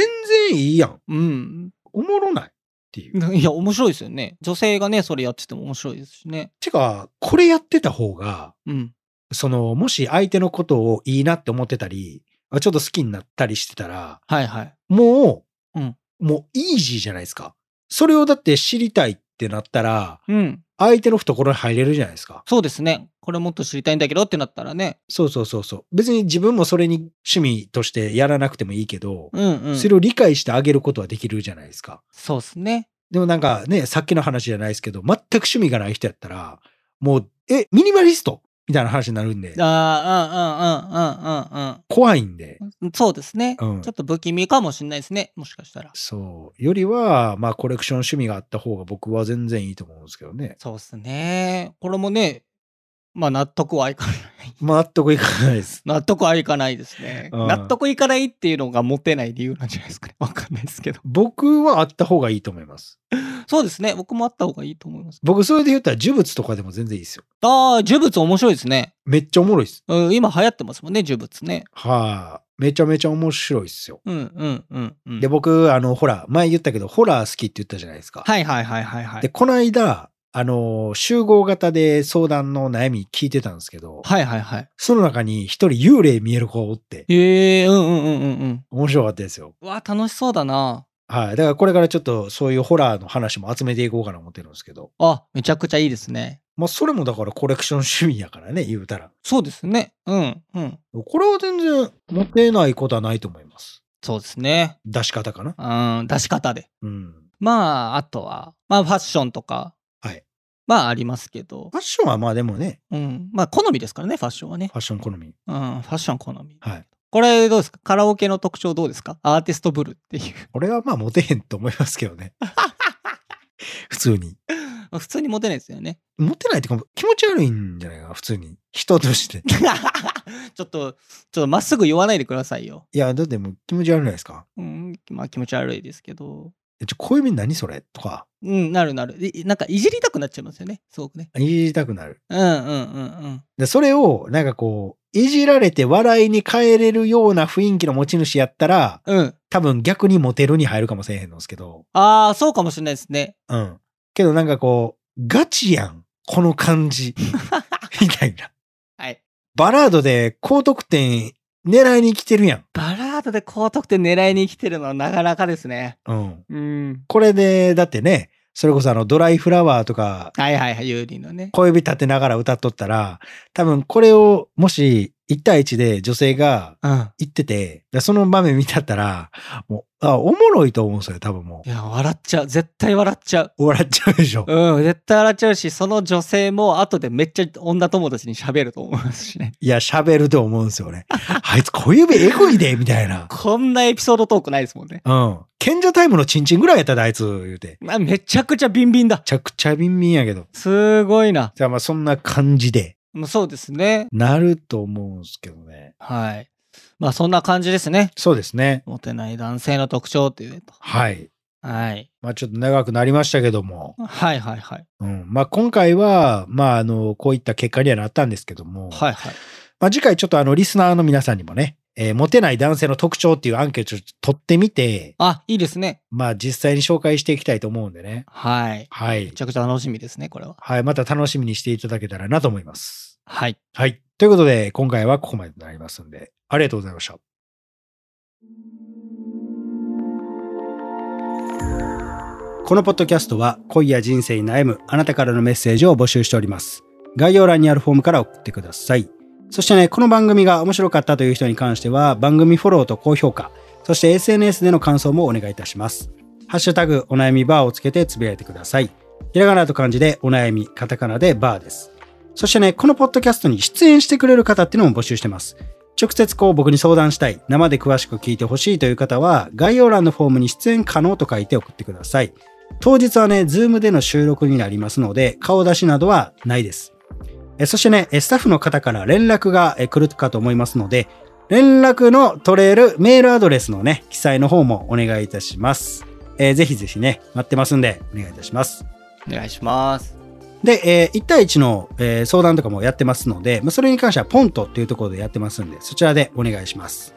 Speaker 1: 然いいやん。
Speaker 2: うん。
Speaker 1: おもろないっていう。
Speaker 2: いや、面白いですよね。女性がね、それやってても面白いですしね。
Speaker 1: てか、これやってた方が、
Speaker 2: うん。
Speaker 1: その、もし相手のことをいいなって思ってたり、あちょっと好きになったりしてたら、
Speaker 2: はいはい。
Speaker 1: もう、
Speaker 2: うん
Speaker 1: もうイージーじゃないですか。それをだって知りたいってなったら、
Speaker 2: うん。
Speaker 1: 相手の懐に入れるじゃないですか。
Speaker 2: そうですね。これもっと知りたいんだけどってなったらね。
Speaker 1: そうそうそうそう。別に自分もそれに趣味としてやらなくてもいいけど、
Speaker 2: うんうん。
Speaker 1: それを理解してあげることはできるじゃないですか。
Speaker 2: そうですね。
Speaker 1: でもなんかね、さっきの話じゃないですけど、全く趣味がない人やったら、もう、え、ミニマリストみたいな話になるんで、
Speaker 2: ああ、うんうんうんうんうん。
Speaker 1: 怖いんで。
Speaker 2: そうですね、
Speaker 1: うん
Speaker 2: ちょっと不気味かもしれないですね。もしかしたら。
Speaker 1: そう。よりは、まあ、コレクション趣味があった方が僕は全然いいと思うんですけどね。
Speaker 2: そうですね。これもね、まあ納得はいかない。
Speaker 1: まあ納得いかないです。
Speaker 2: 納得はいかないですね。
Speaker 1: うん
Speaker 2: 納得いかないっていうのがモテない理由なんじゃないですかね。わかんないですけど。
Speaker 1: 僕はあった方がいいと思います。
Speaker 2: そうですね。僕もあった方がいいと思います。
Speaker 1: 僕、それで言ったら、呪物とかでも全然いいですよ。
Speaker 2: ああ、呪物面白いですね。
Speaker 1: めっちゃおもろいです。
Speaker 2: うん、今流行ってますもんね、呪物ね。
Speaker 1: はい、めちゃめちゃ面白いですよ。
Speaker 2: うんうんうんうん。
Speaker 1: で、僕、あの、ほら、前言ったけど、ホラー好きって言ったじゃないですか。
Speaker 2: はいはいはいはいは
Speaker 1: で、
Speaker 2: い。
Speaker 1: この間、あの、集合型で相談の悩み聞いてたんですけど、
Speaker 2: はいはいはい。
Speaker 1: その中に一人幽霊見える子がおって、
Speaker 2: ええうんうんうんうんうん。
Speaker 1: 面白かったですよ。
Speaker 2: うわ、楽しそうだな。
Speaker 1: はい。だからこれからちょっとそういうホラーの話も集めていこうかな思ってるんですけど、
Speaker 2: あ、めちゃくちゃいいですね。
Speaker 1: まあ、それもだからコレクション趣味やからね、言うたら。
Speaker 2: そうですね。うんうん。
Speaker 1: これは全然モテないことはないと思います。
Speaker 2: そうですね。
Speaker 1: 出し方かな。
Speaker 2: うん、出し方で。
Speaker 1: うん。
Speaker 2: まあ、あとは、まあ、ファッションとか。
Speaker 1: はい。
Speaker 2: まあ、ありますけど
Speaker 1: フ。ァッションはまあでもね、
Speaker 2: うん。まあ、好みですからね、ファッションはね
Speaker 1: フ。ァッション好み。
Speaker 2: うん、ファッション好み。
Speaker 1: はい。
Speaker 2: これ、どうですかカラオケの特徴どうですかアーティストブルっていう。
Speaker 1: これはまあモテへんと思いますけどね。 普通に。
Speaker 2: まあ普通にモテないですよね。
Speaker 1: モテないっていうか気持ち悪いんじゃないかな、普通に。人として。
Speaker 2: ちょっと、ちょっとまっすぐ言わないでくださいよ。
Speaker 1: いや、だってもう気持ち悪いないですか。
Speaker 2: うん、まあ気持ち悪いですけど。
Speaker 1: えちょ、小指何それとか、
Speaker 2: うん、なるなる。いなんかいじりたくなっちゃいますよね、すごくね。
Speaker 1: 言いたくなる。
Speaker 2: うんうんうん
Speaker 1: で、それを、なんかこう、いじられて笑いに変えれるような雰囲気の持ち主やったら、
Speaker 2: うん。うん。
Speaker 1: 多分逆にモテるに入るかもしれへんのですけど。
Speaker 2: ああ、そうかもしれないですね。
Speaker 1: うん。けどなんかこう、ガチやん。この感じ。 みたいな。
Speaker 2: はい。
Speaker 1: バラードで高得点狙いに来てるやん。
Speaker 2: バラードで高得点狙いに来てるのはなかなかですね。
Speaker 1: うん。
Speaker 2: うん。
Speaker 1: これで、だってね、それこそあのドライフラワーとか、
Speaker 2: はいはいはい、有利のね。
Speaker 1: 小指立てながら歌っとったら、多分これをもし1対1で女性が
Speaker 2: うん。
Speaker 1: 言ってて、でその場面見たったら、もう、あ、おもろいと思うんですよ、多分も
Speaker 2: いや、笑っちゃう。絶対笑っちゃう。
Speaker 1: う。笑っちゃうでし ょ。
Speaker 2: うん、絶対笑っちゃうし、その女性も後でめっちゃ女友達に喋ると思いますしね。
Speaker 1: いや、喋ると思うんですよね。あいつ小指エゴいで、みたいな。
Speaker 2: こんなエピソードトークないですもんね。
Speaker 1: うん。賢者タイムのチンチンぐらいやったで、あいつ、言うて。
Speaker 2: まあ、めちゃくちゃビンビンだ
Speaker 1: め。ちゃくちゃビンビンやけど。
Speaker 2: すごいな。
Speaker 1: じゃあまあそんな感じで、
Speaker 2: もうそうですね。
Speaker 1: なると思うんですけどね。
Speaker 2: はい。まあそんな感じですね。
Speaker 1: そうですね。
Speaker 2: モテない男性の特徴というと。
Speaker 1: はい。
Speaker 2: はい。
Speaker 1: まあちょっと長くなりましたけども。
Speaker 2: はいはいはい。
Speaker 1: うん。まあ今回は、まああの、こういった結果にはなったんですけども。
Speaker 2: はいはい。
Speaker 1: まあ次回ちょっとあの、リスナーの皆さんにもね、えーモテない男性の特徴っていうアンケートを取ってみて、
Speaker 2: あ、いいですね。
Speaker 1: まあ実際に紹介していきたいと思うんでね。
Speaker 2: はい。
Speaker 1: はい
Speaker 2: めち。ゃくちゃ楽しみですね、これは。
Speaker 1: はい。また楽しみにしていただけたらなと思います。
Speaker 2: はい。
Speaker 1: はい。ということで、今回はここまでとなりますんで、ありがとうございました。このポッドキャストは、恋や人生に悩むあなたからのメッセージを募集しております。概要欄にあるフォームから送ってください。そしてね、この番組が面白かったという人に関しては、番組フォローと高評価、そして SNS での感想もお願いいたします。ハッシュタグ、お悩みバーをつけてつぶやいてください。ひらがなと漢字でお悩み、カタカナでバーです。そしてね、このポッドキャストに出演してくれる方っていうのも募集してます。直接こう僕に相談したい、生で詳しく聞いてほしいという方は、概要欄のフォームに出演可能と書いて送ってください。当日はね、ズームでの収録になりますので、顔出しなどはないです。えそしてね、えスタッフの方から連絡がえ来るかと思いますので、連絡の取れるメールアドレスのね、記載の方もお願いいたします。えーぜひぜひね、待ってますんで、お願いいたします。
Speaker 2: お願いします。
Speaker 1: で、えー1対1の、えー相談とかもやってますので、まあ、それに関してはポントっていうところでやってますんで、そちらでお願いします。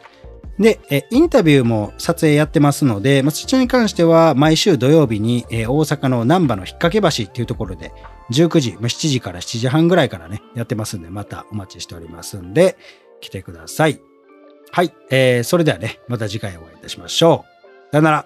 Speaker 1: で、えーインタビューも撮影やってますので、まあ、そちらに関しては毎週土曜日に、えー大阪の難波の引っ掛け橋っていうところで、19時、まあ、7時から7時半ぐらいからね、やってますんで、またお待ちしておりますんで、来てください。はい、えーそれではね、また次回お会いいたしましょう。さよなら。